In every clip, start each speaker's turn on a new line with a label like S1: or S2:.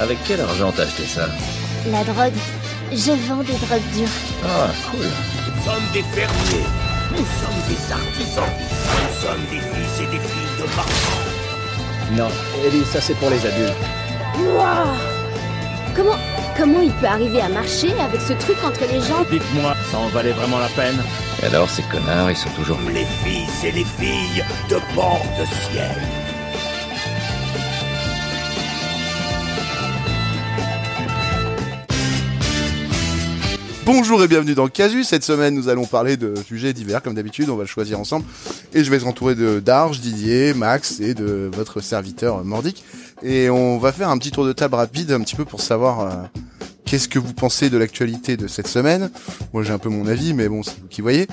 S1: Avec quel argent t'as acheté ça
S2: La drogue. Je vends des drogues dures.
S1: Ah, cool.
S3: Nous sommes des fermiers, nous sommes des artisans, nous sommes des fils et des filles de marchands.
S4: Non, Ellie, ça c'est pour les adultes.
S2: Wouah Comment. Comment il peut arriver à marcher avec ce truc entre les jambes
S4: Dites-moi, ça en valait vraiment la peine
S1: Et alors, ces connards, ils sont toujours...
S3: Nous les fils et les filles de bord de ciel.
S5: Bonjour et bienvenue dans Casus. Cette semaine, nous allons parler de sujets divers, comme d'habitude. On va le choisir ensemble. Et je vais être entouré de Darge, Didier, Max et de votre serviteur euh, Mordic. Et on va faire un petit tour de table rapide, un petit peu pour savoir euh, qu'est-ce que vous pensez de l'actualité de cette semaine. Moi, j'ai un peu mon avis, mais bon, c'est vous qui voyez.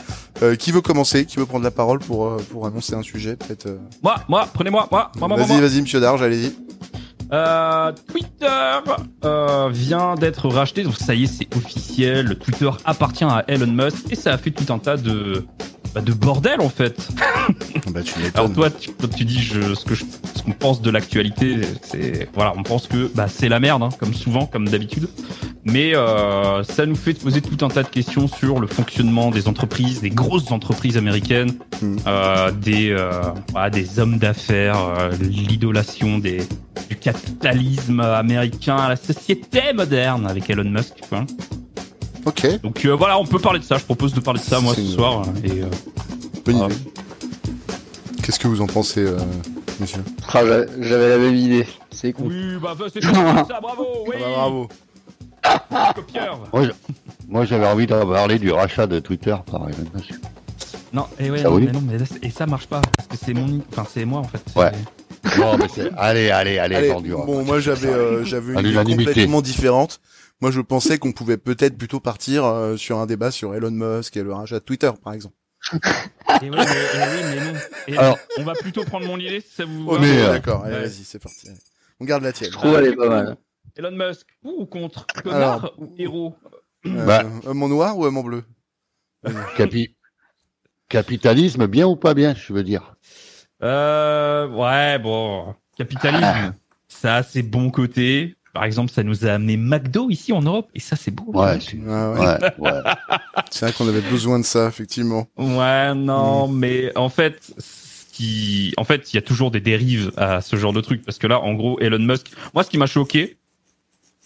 S5: Euh, qui veut commencer Qui veut prendre la parole pour, euh, pour annoncer un sujet, peut-être euh
S6: Moi, moi, prenez-moi, moi, moi, moi, moi.
S5: Vas-y, vas-y, monsieur Darge, allez-y.
S6: Euh, Twitter euh, vient d'être racheté, donc ça y est, c'est officiel. Le Twitter appartient à Elon Musk et ça a fait tout un tas de bah, de bordel en fait.
S5: Bah, tu
S6: Alors
S5: m'étonnes.
S6: toi, tu, toi, tu dis je, ce que je- ce qu'on pense de l'actualité, c'est voilà, on pense que bah, c'est la merde, hein, comme souvent, comme d'habitude. Mais euh, ça nous fait poser tout un tas de questions sur le fonctionnement des entreprises, des grosses entreprises américaines,
S5: Mhm.
S6: euh, des euh, voilà, des hommes d'affaires, euh, l'idolation des du capitalisme américain à la société moderne avec Elon Musk. Quoi.
S5: Ok,
S6: Donc euh, voilà, on peut parler de ça. Je propose de parler de ça moi
S5: C'est
S6: ce
S5: une-
S6: soir. Et, euh,
S5: bonne
S6: Ah.
S5: idée. Qu'est-ce que vous en pensez, euh, monsieur
S7: Ah, j'a- j'avais la même idée, c'est con.
S6: Oui, bah c'est ça, bravo, oui,
S5: Ah bah, Bravo.
S6: copieur.
S8: Moi, je- moi, j'avais envie d'en parler du rachat de Twitter par Elon Musk.
S6: Non, et ouais,
S8: Ah
S6: non,
S8: oui.
S6: mais non, mais là, c'est- et ça marche pas parce que c'est mon, enfin c'est moi en fait. C'est-
S8: Ouais. Non, mais c'est- Allez, allez, allez,
S5: Allez,
S8: vendu. hein.
S5: bon, moi j'avais euh, j'avais
S8: À
S5: une idée
S8: l'unanimité.
S5: complètement différente. Moi, je pensais qu'on pouvait peut-être plutôt partir euh, sur un débat sur Elon Musk et le rachat de Twitter, par exemple.
S6: Et ouais, mais, et oui, mais non. Et
S8: Alors-
S6: on va plutôt prendre mon idée, si ça vous.
S5: Ok,
S6: va.
S8: mais, euh,
S5: d'accord. Allez,
S6: ouais.
S5: vas-y, c'est parti. On garde la tienne.
S7: Je trouve elle est pas mal.
S6: Elon Musk, pour ou contre, connard
S5: Alors-
S6: ou héros.
S5: Euh,
S8: Bah.
S5: Homme en noir ou homme en bleu
S8: Capi- Capitalisme, bien ou pas bien, je veux dire.
S6: Euh, ouais, bon,
S8: Ah.
S6: capitalisme, ça a ses bons côtés. Par exemple, ça nous a amené McDo ici en Europe et ça c'est beau.
S8: Ouais, c'est-
S5: Ah ouais.
S8: ouais, ouais.
S5: C'est vrai qu'on avait besoin de ça, effectivement.
S6: Ouais, non,
S8: Hmm.
S6: mais en fait, ce qui, en fait, il y a toujours des dérives à ce genre de truc parce que là, en gros, Elon Musk. Moi, ce qui m'a choqué,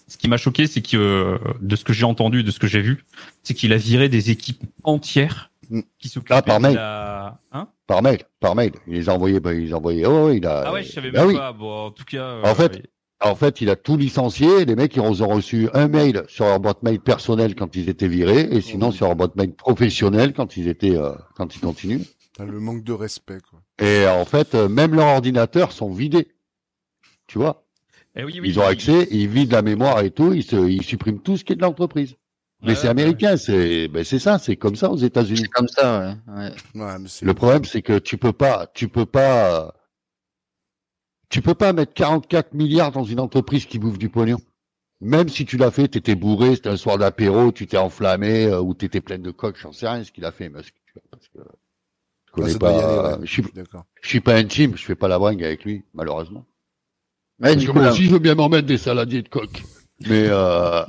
S6: ce qui m'a choqué, c'est que euh, de ce que j'ai entendu, de ce que j'ai vu, c'est qu'il a viré des équipes entières
S5: Mm.
S6: qui
S8: Ah,
S6: s'occupaient
S8: par
S6: de
S8: mail.
S6: la. Hein
S8: Par mail, par mail. Il les a envoyés, bah, il les a envoyés. Oh, il a.
S6: ah ouais, je savais
S8: Bah
S6: même
S8: oui.
S6: pas. Bon, en tout cas. euh,
S8: En fait, En fait, il a tout licencié. Les mecs, ils ont reçu un mail sur leur boîte mail personnelle quand ils étaient virés, et
S6: Mmh.
S8: sinon sur leur boîte mail professionnelle quand ils étaient, euh, quand ils continuent.
S5: Putain, Ah, Le manque de respect, quoi.
S8: Et en fait, euh, même leurs ordinateurs sont vidés. Tu vois.
S6: eh oui, oui,
S8: ils ont
S6: oui.
S8: accès, ils vident la mémoire et tout, ils, se, ils suppriment tout ce qui est de l'entreprise. Mais
S6: Ouais,
S8: c'est américain, c'est ben c'est ça, c'est comme ça aux États-Unis.
S7: C'est comme ça, ouais. ouais.
S5: Ouais, mais c'est
S8: Le problème, c'est que tu peux pas, tu peux pas, euh, tu peux pas mettre 44 milliards dans une entreprise qui bouffe du pognon. Même si tu l'as fait, t'étais bourré, c'était un soir d'apéro, tu t'es enflammé euh, ou t'étais pleine de coque, j'en sais rien ce qu'il a fait, Musk. tu vois, Parce que je
S5: Ouais,
S8: connais
S5: Ah, ça doit y
S8: pas,
S5: aller, ouais.
S8: je, suis,
S5: D'accord.
S8: je suis pas intime, je fais pas la bringue avec lui, malheureusement.
S5: Ah,
S7: Ouais,
S8: Parce
S7: du
S8: que
S7: coup,
S8: moi
S7: là,
S8: aussi, je veux bien m'en mettre des saladiers de coq. Mais, euh...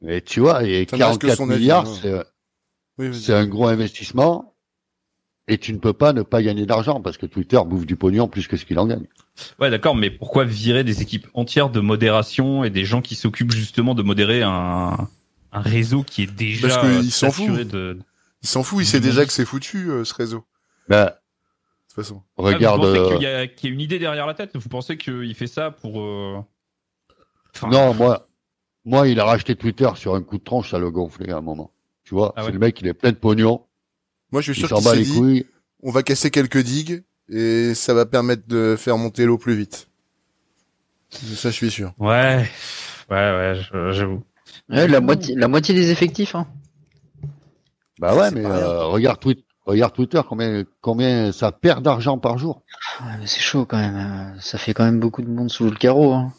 S8: mais tu vois, et
S5: Ça ne reste que
S8: 44
S5: son avis,
S8: milliards,
S5: hein.
S8: c'est-
S5: Oui, vas-y.
S8: c'est un gros investissement. Et tu ne peux pas ne pas gagner d'argent parce que Twitter bouffe du pognon plus que ce qu'il en gagne.
S6: Ouais, d'accord, mais pourquoi virer des équipes entières de modération et des gens qui s'occupent justement de modérer un, un réseau qui est déjà
S5: Parce que
S6: euh,
S5: ils s'en
S6: saturé
S5: foutent.
S6: de.
S5: Il s'en fout, il
S8: Mhm.
S5: sait déjà que c'est foutu, euh, ce réseau.
S8: Ben,
S5: De toute façon.
S8: regarde.
S6: Ah, vous pensez
S8: euh,
S6: qu'il y, a- qu'il y a une idée derrière la tête Vous pensez qu'il fait ça pour euh, enfin,
S8: Non, moi, moi, il a racheté Twitter sur un coup de tranche, ça le gonflait à un moment. Tu vois,
S6: Ah
S8: c'est
S6: ouais.
S8: le mec, il est plein de pognon,
S5: Moi, je suis
S8: il
S5: sûr
S8: s'en
S5: qu'il
S8: bat
S5: s'est
S8: les
S5: dit,
S8: couilles.
S5: on va casser quelques digues et ça va permettre de faire monter l'eau plus vite. Ça, je suis sûr.
S6: Ouais, ouais, ouais, je- j'avoue.
S7: ouais, la, moitié, la moitié des effectifs, hein.
S8: Bah ouais,
S5: C'est
S8: mais
S5: pas rien.
S8: euh, regarde, Twitter, regarde Twitter, combien, combien ça perd d'argent par jour.
S7: Ouais, Ah, mais c'est chaud quand même. euh, Ça fait quand même beaucoup de monde sous le carreau. Hein.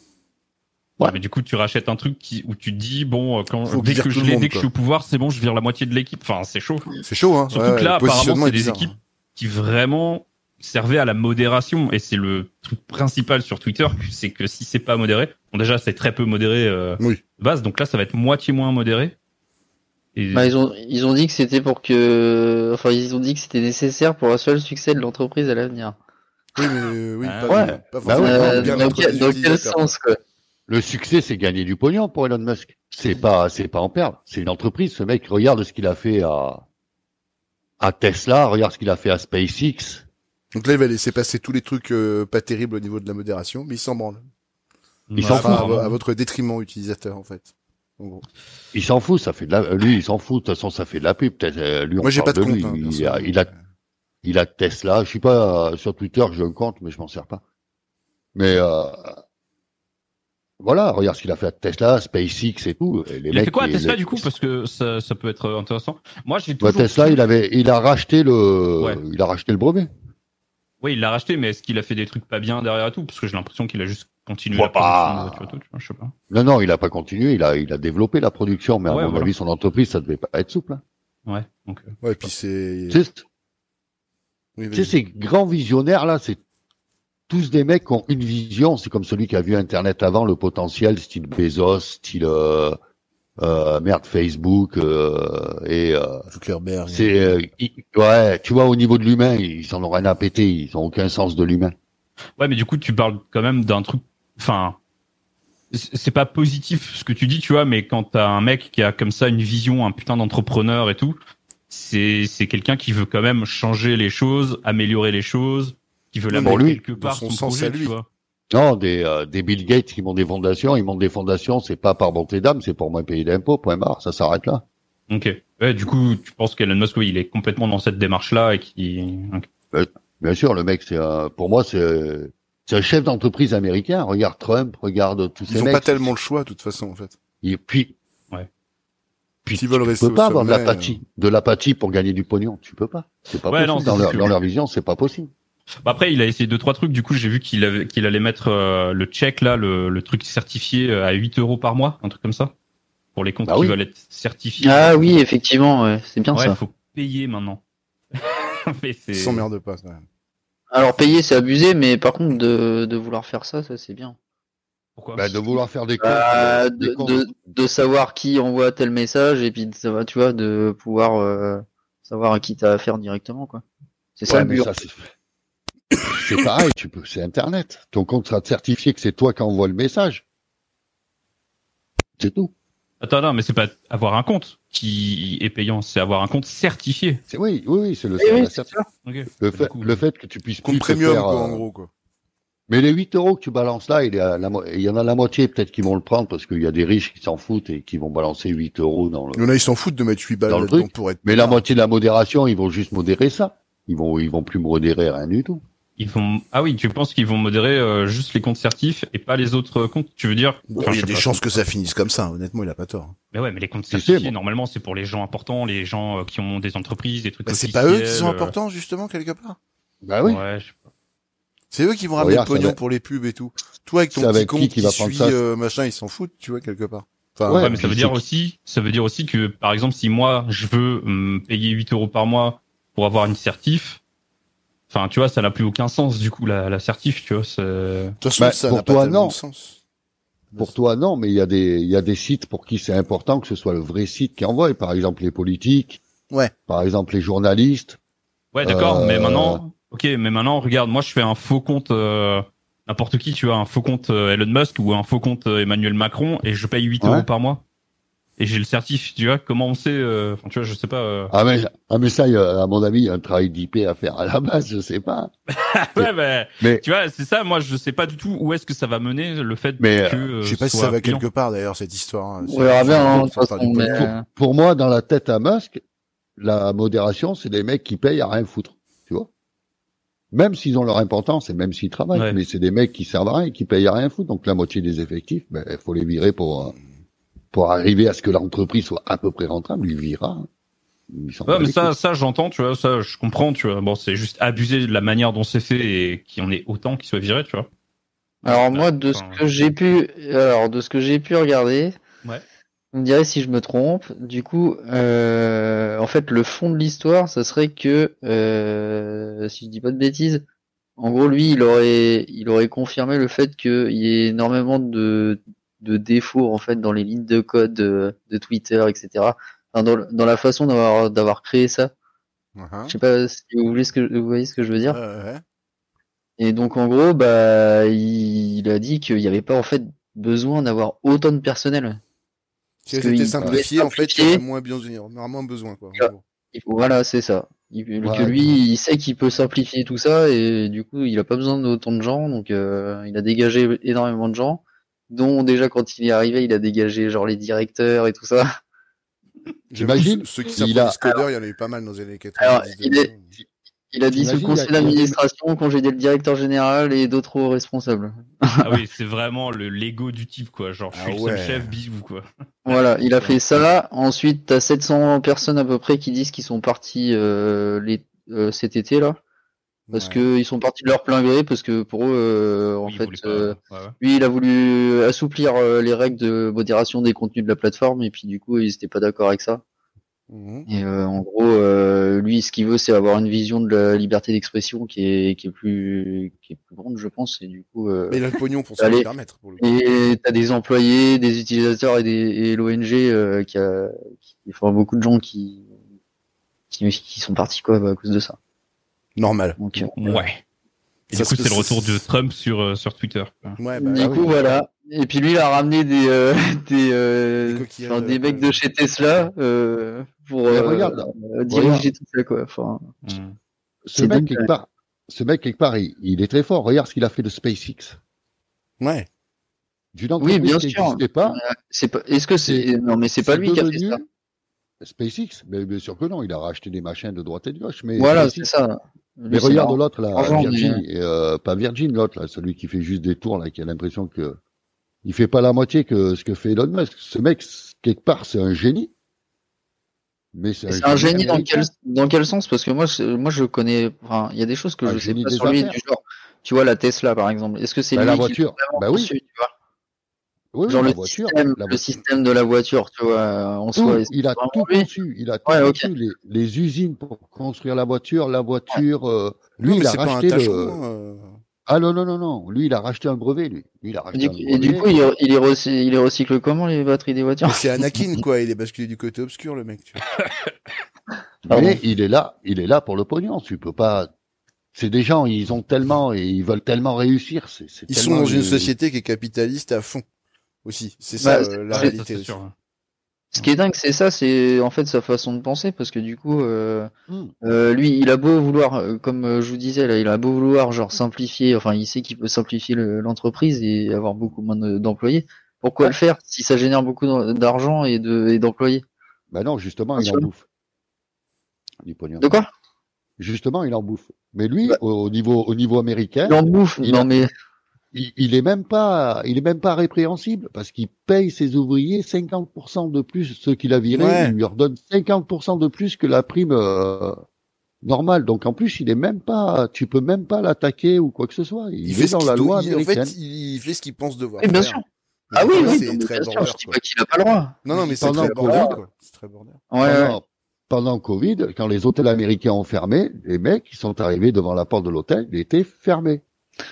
S6: Ouais, mais du coup, tu rachètes un truc qui, où tu te dis bon, euh, quand,
S5: Faut
S6: dès
S5: virer
S6: que
S5: tout
S6: je
S5: le
S6: l'ai,
S5: monde,
S6: dès que je
S5: quoi.
S6: suis au pouvoir, c'est bon, je vire la moitié de l'équipe. Enfin, c'est chaud.
S5: C'est chaud, hein.
S6: Surtout
S5: Ouais,
S6: que
S5: le
S6: là, apparemment,
S5: positionnement
S6: c'est
S5: est
S6: des
S5: bizarre.
S6: équipes qui vraiment servez à la modération et c'est le truc principal sur Twitter, c'est que si c'est pas modéré, bon déjà c'est très peu modéré euh,
S5: Oui.
S6: de base, donc là ça va être moitié moins modéré. Et
S7: Bah, ils, ont, ils ont dit que c'était pour que. Enfin, ils ont dit que c'était nécessaire pour un seul succès de l'entreprise à l'avenir.
S5: Oui, mais euh, oui,
S6: Ah,
S5: pas,
S8: ouais.
S5: pas
S8: Ah
S5: forcément.
S8: ouais,
S7: Euh,
S5: bien
S7: dans
S5: entre
S7: quel,
S5: les
S7: dans quel
S5: utilisateurs.
S7: sens, quoi
S8: Le succès, c'est gagner du pognon pour Elon Musk. C'est pas, c'est pas en perdre. C'est une entreprise. Ce mec, regarde ce qu'il a fait à, à Tesla, regarde ce qu'il a fait à SpaceX.
S5: Donc là, il va laisser passer tous les trucs euh, pas terribles au niveau de la modération, mais il s'en branle.
S8: Ils
S6: Ouais,
S8: s'en
S5: Enfin,
S8: foutent.
S5: à, vo-
S6: vraiment.
S5: à votre détriment utilisateur, en fait. En gros.
S8: Il s'en fout, ça fait de la, lui, il s'en fout. De toute façon, ça fait de la pub. Peut-être, euh, lui, on
S5: Moi, j'ai pas
S8: parle
S5: de compte.
S8: lui.
S5: hein, bien
S8: il,
S5: sûr.
S8: a, il a, il a Tesla. Je suis pas euh, sur Twitter, je le compte, mais je m'en sers pas. Mais, euh, voilà, regarde ce qu'il a fait à Tesla, SpaceX et tout. Et les
S6: Il a
S8: mecs,
S6: fait quoi à
S8: ils-
S6: Tesla
S8: les-
S6: du coup parce que ça, ça peut être intéressant. Moi j'ai
S8: Bah,
S6: toujours
S8: Tesla, il avait, il a racheté le,
S6: Ouais.
S8: il a racheté le brevet.
S6: Oui, il l'a racheté, mais est-ce qu'il a fait des trucs pas bien derrière et tout Parce que j'ai l'impression qu'il a juste continué
S8: Je
S6: la
S8: vois pas.
S6: production de voitures et tout, tu vois, je sais pas.
S8: Non, non, il a pas continué, il a, il a développé la production, mais à
S6: Ouais,
S8: mon
S6: voilà.
S8: avis, son entreprise, ça devait pas être souple. Hein.
S6: Ouais, donc euh,
S5: Ouais, et puis c'est.
S8: Tu sais, c'est-
S5: Oui,
S8: tu sais,
S5: vas-y.
S8: ces grands visionnaires, là, c'est tous des mecs qui ont une vision, c'est comme celui qui a vu Internet avant, le potentiel, style Bezos, style, euh, euh, merde, Facebook, euh, et euh,
S5: Zuckerberg.
S8: c'est, euh, ils- ouais, tu vois, au niveau de l'humain, ils en ont rien à péter, ils ont aucun sens de l'humain.
S6: Ouais, mais du coup, tu parles quand même d'un truc. Enfin, c'est c'est pas positif ce que tu dis, tu vois, mais quand t'as un mec qui a comme ça une vision, un putain d'entrepreneur et tout, c'est c'est quelqu'un qui veut quand même changer les choses, améliorer les choses, qui veut
S5: Oui,
S6: l'amener
S8: mais lui,
S6: quelque
S5: dans
S6: part
S5: son
S6: son,
S5: sens à
S6: projet,
S5: lui.
S6: tu vois.
S8: Non, des, euh, des Bill Gates qui montent des fondations, ils montent des fondations, c'est pas par bonté d'âme, c'est pour moins payer d'impôts, point barre, ça s'arrête là.
S6: Ok. Ouais, du coup, tu penses qu'Elon Musk, oui, il est complètement dans cette démarche-là et qui.
S8: Bien sûr, le mec, c'est un- pour moi, c'est c'est un chef d'entreprise américain. Regarde Trump, regarde tous ces
S5: Ils ont
S8: mecs.
S5: pas tellement le choix, de toute façon, en fait.
S8: Et puis,
S6: Ouais.
S8: puis
S5: S'ils
S8: tu
S5: veulent rester
S8: peux
S5: au
S8: pas avoir de
S5: sommet, euh,
S8: l'apathie, de l'apathie pour gagner du pognon. Tu peux pas. C'est pas
S6: Ouais,
S8: possible.
S6: non,
S8: dans,
S6: c'est
S8: leur,
S6: sûr.
S8: dans leur vision, c'est pas possible.
S6: Bah après, il a essayé deux trois trucs. Du coup, j'ai vu qu'il avait qu'il allait mettre euh, le check là, le, le truc certifié euh, à 8 euros par mois, un truc comme ça, pour les comptes
S8: Bah
S6: qui
S8: oui.
S6: veulent être certifiés.
S7: Ah oui, effectivement, ouais, c'est bien
S6: ouais,
S7: ça.
S6: faut payer maintenant. Mais c'est-
S5: Ils s'emmerdent pas, quand même.
S7: Alors payer, c'est abusé, mais par contre, de, de vouloir faire ça, ça c'est bien.
S6: Pourquoi
S8: Bah, de vouloir faire des comptes.
S7: Euh,
S8: des
S7: de,
S8: comptes.
S7: de, de savoir qui envoie tel message et puis de- ça va, tu vois, de pouvoir euh, savoir à qui t'as affaire directement, quoi. C'est ça
S8: Ouais,
S7: le
S8: mais
S7: but. hein.
S8: ça, c'est- c'est pareil. Tu peux, c'est Internet. Ton compte sera certifié que c'est toi qui envoie le message. C'est tout.
S6: Attends, non, mais c'est pas avoir un compte qui est payant, c'est avoir un compte certifié.
S8: C'est oui, oui, oui, c'est le,
S7: Eh oui,
S8: la
S7: c'est
S8: certi-
S7: ça.
S6: Ok.
S8: le
S6: Du
S8: fait,
S6: coup,
S8: le fait que tu puisses plus
S5: Compte
S8: te
S5: premium,
S8: faire,
S5: quoi,
S8: euh,
S5: en gros, quoi.
S8: Mais les 8 euros que tu balances là, il y, a la mo- il y en a la moitié peut-être qui vont le prendre parce qu'il y a des riches qui s'en foutent et qui vont balancer 8 euros dans
S5: Il y
S8: le.
S5: en a, ils s'en foutent de mettre 8 balles
S8: Dans le
S5: là-dedans
S8: truc.
S5: pour être.
S8: Mais la moitié de la modération, ils vont juste modérer ça. Ils vont, ils vont plus modérer rien du tout.
S6: Ils vont. Ah oui, tu penses qu'ils vont modérer euh, juste les comptes certifs et pas les autres comptes Tu veux dire
S5: Bon,
S6: Enfin,
S5: il y
S6: je
S5: a
S6: sais
S5: des
S6: pas.
S5: chances que ça finisse comme ça, honnêtement, il a pas tort.
S6: Mais ouais, mais les comptes
S8: Tu sais,
S6: certifiés,
S8: moi-
S6: normalement, c'est pour les gens importants, les gens euh, qui ont des entreprises, des trucs.
S5: Bah,
S6: comme
S5: c'est pas eux qui sont importants, Ah justement, quelque part.
S8: Bah oui.
S6: Ouais, je sais pas.
S5: C'est eux qui vont ramener le
S8: Regarde, ça
S5: pognon
S8: va-
S5: pour les pubs et tout. Toi, avec ton
S8: Ça va être
S5: petit
S8: qui
S5: compte
S8: qui
S5: qui,
S8: va prendre
S5: suit,
S8: ça
S5: euh, machin, ils s'en foutent, tu vois, quelque part. Enfin,
S8: Ouais.
S6: Ouais, mais ça
S8: puis
S6: veut
S8: c'est
S6: dire
S8: que-
S6: aussi, ça veut dire aussi que, par exemple, si moi, je veux hum, payer 8 euros par mois pour avoir une certif, enfin, tu vois, ça n'a plus aucun sens, du coup, la, la certif, tu vois, c'est...
S5: De toute façon,
S8: Bah,
S5: ça
S8: pour
S5: n'a pas
S8: toi,
S5: tellement
S8: non.
S5: de sens.
S8: Pour toi, non, mais il y a des, il y a des sites pour qui c'est important que ce soit le vrai site qui envoie. Par exemple, les politiques.
S5: Ouais.
S8: Par exemple, les journalistes.
S6: Ouais, d'accord,
S8: Euh,
S6: mais maintenant, ok, mais maintenant, regarde, moi, je fais un faux compte, euh, n'importe qui, tu vois, un faux compte euh, Elon Musk ou un faux compte euh, Emmanuel Macron et je paye 8
S8: Ouais.
S6: euros par mois. Et j'ai le certif, tu vois, comment on sait, euh, enfin, tu vois, je sais pas, euh,
S8: Ah mais, ah mais ça, il y a, à mon avis, il y a un travail d'IP à faire à la base, je sais pas.
S6: ouais, mais,
S8: Mais-
S6: tu vois, c'est ça, moi, je sais pas du tout où est-ce que ça va mener le fait
S8: Mais,
S6: que,
S5: Je
S6: euh,
S5: sais pas si
S6: soit
S5: ça va
S6: payant.
S5: quelque part, d'ailleurs, cette histoire. hein.
S7: On verra
S5: C'est-
S7: bien, hein,
S5: on
S7: de
S5: parle
S7: toute façon,
S5: du pognon.
S7: mais-
S8: Pour,
S7: Euh.
S8: pour moi, dans la tête à Musk, la modération, c'est des mecs qui payent à rien foutre, tu vois. Même s'ils ont leur importance et même s'ils travaillent,
S6: Ouais.
S8: mais c'est des mecs qui servent à rien et qui payent à rien foutre. Donc la moitié des effectifs, ben, il faut les virer pour euh, pour arriver à ce que l'entreprise soit à peu près rentable. Il vira. hein. Il s'en
S6: Ouais,
S8: bat
S6: mais
S8: les
S6: ça,
S8: couilles.
S6: ça j'entends, tu vois, ça, je comprends, tu vois. Bon, c'est juste abusé de la manière dont c'est fait et qu'il y en ait autant qui soient virés, tu vois. Bah,
S7: Alors moi, de ce
S6: Enfin,
S7: que j'ai pu, alors de ce que j'ai pu regarder,
S6: Ouais.
S7: Vous me direz si je me trompe. Du coup, euh, en fait, le fond de l'histoire, ça serait que, euh, si je dis pas de bêtises, en gros, lui, il aurait, il aurait confirmé le fait qu'il y ait énormément de, de défauts en fait dans les lignes de code euh, de, Twitter, etc. Enfin, dans, le- dans la façon d'avoir, d'avoir créé ça.
S6: Hein
S7: Je sais pas si vous voulez ce que vous voyez ce que je veux dire. Et donc en gros, bah, il, il a dit qu'il n'y avait pas en fait besoin d'avoir autant de personnel.
S5: Si
S7: que
S5: c'était
S7: il-
S5: simplifié,
S7: ouais,
S5: en fait, il y
S7: simplifié.
S5: aurait moins besoin, on aurait moins besoin, quoi. en
S7: Ouais.
S5: gros.
S7: Il- Voilà, c'est ça. Il-
S8: Ouais.
S7: Que lui, il sait qu'il peut simplifier tout ça et du coup, il a pas besoin d'autant de gens. Donc euh, il a dégagé énormément de gens, dont déjà quand il est arrivé, il a dégagé genre les directeurs et tout ça.
S8: J'imagine,
S5: J'avoue, Ceux qui
S8: il a-
S5: s'appellent Coder, il y en avait pas mal dans les années 90.
S7: Alors, il est-
S5: de-
S7: Il a dit sous
S8: T'imagines,
S7: le conseil
S8: il y a-
S7: d'administration, congédé le directeur général et d'autres hauts responsables.
S6: Ah oui, c'est vraiment le Lego du type, quoi. Genre, je suis
S5: Ah
S6: le seul
S5: ouais.
S6: chef, bisous, quoi.
S7: Voilà, il a fait ça. Ensuite, t'as 700 personnes à peu près qui disent qu'ils sont partis euh, les, euh, cet été là, parce
S5: Ouais.
S7: que ils sont partis de leur plein gré, parce que pour eux, euh, en
S6: Oui, il
S7: fait,
S6: voulait pas-
S7: euh,
S6: ouais, ouais.
S7: lui, il a voulu assouplir euh, les règles de modération des contenus de la plateforme, et puis du coup, ils étaient pas d'accord avec ça.
S5: Mhm.
S7: Et euh, en gros, euh, lui, ce qu'il veut, c'est avoir une vision de la liberté d'expression qui est, qui est plus, qui est plus grande, je pense, et du coup. euh,
S5: Mais il a le pognon pour se
S7: Allez.
S5: le permettre, pour le coup.
S7: et t'as des employés, des utilisateurs et, des- et l'ONG euh, qui a qui, enfin, beaucoup de gens qui, qui qui sont partis quoi à cause de ça.
S5: Normal.
S7: Donc euh,
S6: Ouais. Et
S5: Ça
S6: du coup,
S5: se-
S6: c'est le retour de Trump sur, euh, sur Twitter. quoi.
S8: Eh
S5: Ouais,
S8: ben
S5: bah,
S7: du
S5: oui.
S7: coup voilà. Et puis lui il a ramené des euh, des euh,
S5: Des coquillages,
S7: enfin, des
S5: euh,
S7: mecs de chez Tesla euh, pour
S8: Mais
S7: euh,
S8: regarde,
S7: euh, diriger tout ça quoi. Enfin
S6: Mm.
S8: Ce
S7: C'est
S8: mec,
S7: dingue,
S8: quelque part, ce mec, quelque part, il, il est très fort. Regarde ce qu'il a fait de SpaceX.
S5: Ouais.
S8: D'une entreprise
S7: bien
S8: qui
S7: sûr.
S8: n'existait pas.
S7: c'est pas est-ce que c'est non mais c'est pas lui qui a fait
S8: devenu
S7: ça.
S8: SpaceX, mais bien sûr que non, il a racheté des machins de droite et de gauche. Mais
S7: Voilà, c'est
S8: SpaceX-
S7: ça.
S8: Mais
S7: Lui, c'est
S8: regarde
S7: marrant.
S8: l'autre là,
S7: Argent,
S8: Virgin, et, euh, pas Virgin, l'autre là, celui qui fait juste des tours là, qui a l'impression que il fait pas la moitié que ce que fait Elon Musk. Ce mec, c- quelque part, c'est un génie. Mais c'est
S7: C'est un génie dans
S8: américain.
S7: quel, dans quel sens Parce que moi, je- moi je connais. Enfin, il y a des choses que
S8: Un
S7: je sais
S8: Ah, génie
S7: pas
S8: des
S7: sur lui,
S8: affaires.
S7: du genre. Tu vois, la Tesla par exemple. Est-ce que c'est
S8: Bah,
S7: lui
S8: la
S7: qui l'a
S8: voiture.
S7: vraiment
S8: Bah oui.
S7: conçu, tu vois
S8: Oui, oui,
S7: genre
S8: la
S7: le,
S8: voiture,
S7: système,
S8: la
S7: le
S8: voiture.
S7: système de la voiture, tu vois, en
S8: Tout,
S7: soi. est-ce
S8: il a
S7: que c'est
S8: tout
S7: vraiment lui
S8: conçu, il a tout
S7: Ouais, ok.
S8: conçu, les, les usines pour construire la voiture, la voiture. euh, lui,
S5: Non, mais
S8: il a
S5: c'est pas un euh.
S8: racheté
S5: tâche
S8: le. Ah non non non non, lui, il a racheté un brevet, lui. Lui, il a racheté
S7: Du
S8: un
S7: coup- Et du
S8: brevet.
S7: coup, il, il, est recy- il est recycle comment les batteries des voitures
S5: C'est Anakin, quoi. Il est basculé du côté obscur, le mec. Tu vois.
S7: Pardon.
S8: Mais il est là, il est là pour le pognon. Tu peux pas. C'est des gens, ils ont tellement et ils veulent tellement réussir. C'est, c'est
S5: Ils sont
S8: tellement
S5: dans une
S8: le-
S5: société qui est capitaliste à fond. Aussi. C'est
S7: Bah,
S5: ça,
S7: c'est-
S5: euh,
S6: Ouais,
S5: la
S6: ça,
S5: réalité.
S6: c'est
S5: aussi.
S6: sûr. hein.
S7: Ce qui est dingue, c'est ça, c'est en fait sa façon de penser, parce que du coup, euh,
S8: Hmm.
S7: euh, lui, il a beau vouloir, euh, comme euh, je vous disais, là, il a beau vouloir genre simplifier, enfin, il sait qu'il peut simplifier le- l'entreprise et avoir beaucoup moins de- d'employés. Pourquoi le faire si ça génère beaucoup d'en- d'argent et de- et d'employés
S8: Bah non, justement,
S7: Bien
S8: il en
S7: sûr.
S8: bouffe du pognon.
S7: De quoi
S8: Justement, il en bouffe. Mais lui,
S7: Bah.
S8: au, au niveau, au niveau américain,
S7: Il en bouffe.
S8: il
S7: non
S8: a-
S7: mais
S8: il, il est même pas, il est même pas répréhensible parce qu'il paye ses ouvriers 50% de plus ceux qu'il a virés.
S5: Ouais.
S8: Il leur donne 50% de plus que la prime euh, normale. Donc en plus, il est même pas, tu peux même pas l'attaquer ou quoi que ce soit. Il,
S5: Il
S8: est
S5: fait ce
S8: dans
S5: qu'il
S8: la
S5: doit-
S8: loi
S5: il- En
S8: américaine.
S5: fait, il fait ce qu'il pense devoir.
S7: Oui, bien
S5: faire.
S7: sûr.
S5: Mais
S7: Ah oui,
S5: ça,
S7: oui, non,
S5: c'est
S7: mais
S5: très
S7: bien sûr,
S5: border,
S7: je dis
S5: quoi.
S7: pas qu'il a pas le droit.
S5: Non, non, mais c'est
S8: Pendant
S5: très
S8: que-
S5: border, quoi. C'est très border.
S7: Ouais, ouais.
S8: pendant, pendant le Covid, quand les hôtels américains ont fermé, les mecs qui sont arrivés devant la porte de l'hôtel, il était fermé.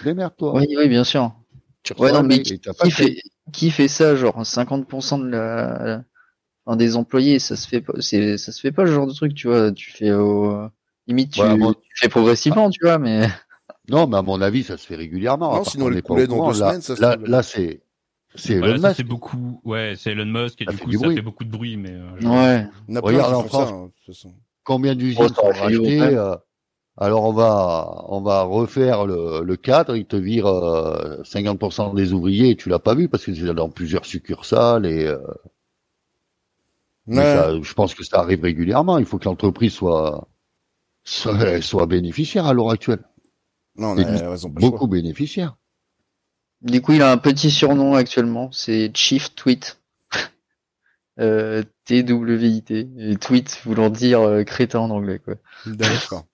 S8: Démerde-toi.
S7: oui, oui, bien sûr.
S8: Tu
S7: Ouais,
S8: reçois
S7: non,
S8: un
S7: mais
S8: mail et
S7: qui,
S8: t'as pas
S7: qui
S8: de paye.
S7: fait, qui fait ça, genre 50% de la, enfin, des employés, ça se fait pas, c'est, ça se fait pas ce genre de truc, tu vois. Tu fais au, limite, tu,
S8: Voilà, moi-
S7: tu fais progressivement, tu vois, mais
S8: Non, mais à mon avis, ça se fait régulièrement.
S5: Non,
S8: à part
S5: sinon,
S8: qu'on
S5: elle
S8: est pas
S5: coulait
S8: au
S5: dans
S8: courant.
S5: deux
S8: là,
S5: semaines, ça se
S8: là,
S5: semble.
S8: là, c'est, c'est
S6: Voilà,
S8: Elon
S6: ça
S8: Musk.
S6: c'est beaucoup. Ouais, c'est Elon Musk et
S8: Ça
S6: du
S8: fait
S6: coup
S8: du
S6: ça
S8: bruit.
S6: fait beaucoup de bruit, mais. euh, genre-
S7: ouais.
S5: On a
S8: Regarde,
S5: plein
S8: en
S5: qui font
S8: France.
S5: ça, hein, de toute façon.
S8: Combien
S7: Oh,
S8: d'usines
S7: ça
S8: sont
S7: aurait fait du
S8: rachetées
S7: bruit.
S8: euh, Alors, on va, on va refaire le, le cadre. Ils te virent euh, 50% des ouvriers et tu l'as pas vu parce que c'est dans plusieurs succursales et, euh, Mais
S5: Ouais.
S8: ça, je pense que ça arrive régulièrement. Il faut que l'entreprise soit, soit, soit bénéficiaire à l'heure actuelle.
S5: Non, on
S8: Et
S5: a raison. bah, pas le choix.
S8: Beaucoup bénéficiaire.
S7: Du coup, il a un petit surnom actuellement, c'est Chief Tweet. euh, T-W-I-T. Et tweet voulant dire euh, crétin en anglais, quoi.
S5: D'accord.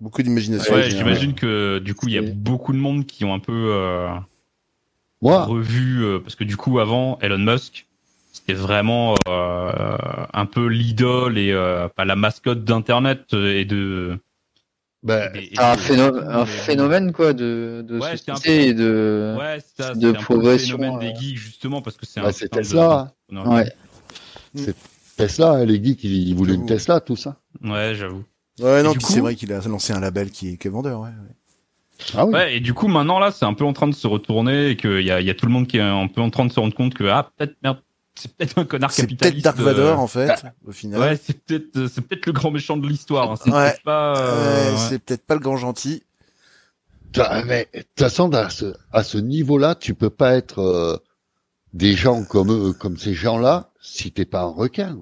S5: Beaucoup d'imagination.
S6: Ouais,
S5: j'ai-
S6: j'imagine que du coup il y a
S7: C'est-
S6: beaucoup de monde qui ont un peu euh,
S8: Moi,
S6: revu euh, parce que du coup avant Elon Musk, c'était vraiment euh, un peu l'idole et euh, pas la mascotte d'internet et de
S8: Ben,
S6: et- et- euh,
S7: Un phénomène, un
S6: Mais-
S7: phénomène quoi de, de
S6: Ouais, c'était un
S7: société et de.
S6: ouais c'est ça,
S7: de
S6: c'était un peu le
S7: progression,
S6: phénomène
S7: euh.
S6: des geeks justement parce que c'est
S8: bah,
S6: un
S8: c'est
S6: putain de-
S8: Tesla.
S6: Non.
S7: Ouais.
S8: Tesla, hein, les geeks, ils, ils voulaient
S5: J'avoue.
S8: une Tesla, hein. tout ça.
S6: Ouais, j'avoue.
S5: Ouais, non,
S6: du
S5: puis
S6: coup-
S5: c'est vrai qu'il a lancé un label qui, qui est vendeur, ouais. ouais.
S8: Ah oui.
S6: Ouais, et du coup, maintenant, là, c'est un peu en train de se retourner et qu'il y a, il y a tout le monde qui est un peu en train de se rendre compte que, ah, peut-être, merde, c'est peut-être un connard
S5: C'est peut-être
S6: capitaliste.
S5: Dark
S6: euh,
S5: Vador, en fait, au final.
S6: Ouais, c'est peut-être, euh, c'est peut-être le grand méchant de l'histoire. hein, C'est
S5: Ouais.
S6: peut-être pas, euh,
S5: Euh,
S6: ouais.
S5: C'est peut-être pas le grand gentil.
S8: T'as- mais de toute façon, à ce, à ce niveau-là, tu peux pas être euh, des gens comme eux, comme ces gens-là, si t'es pas un requin.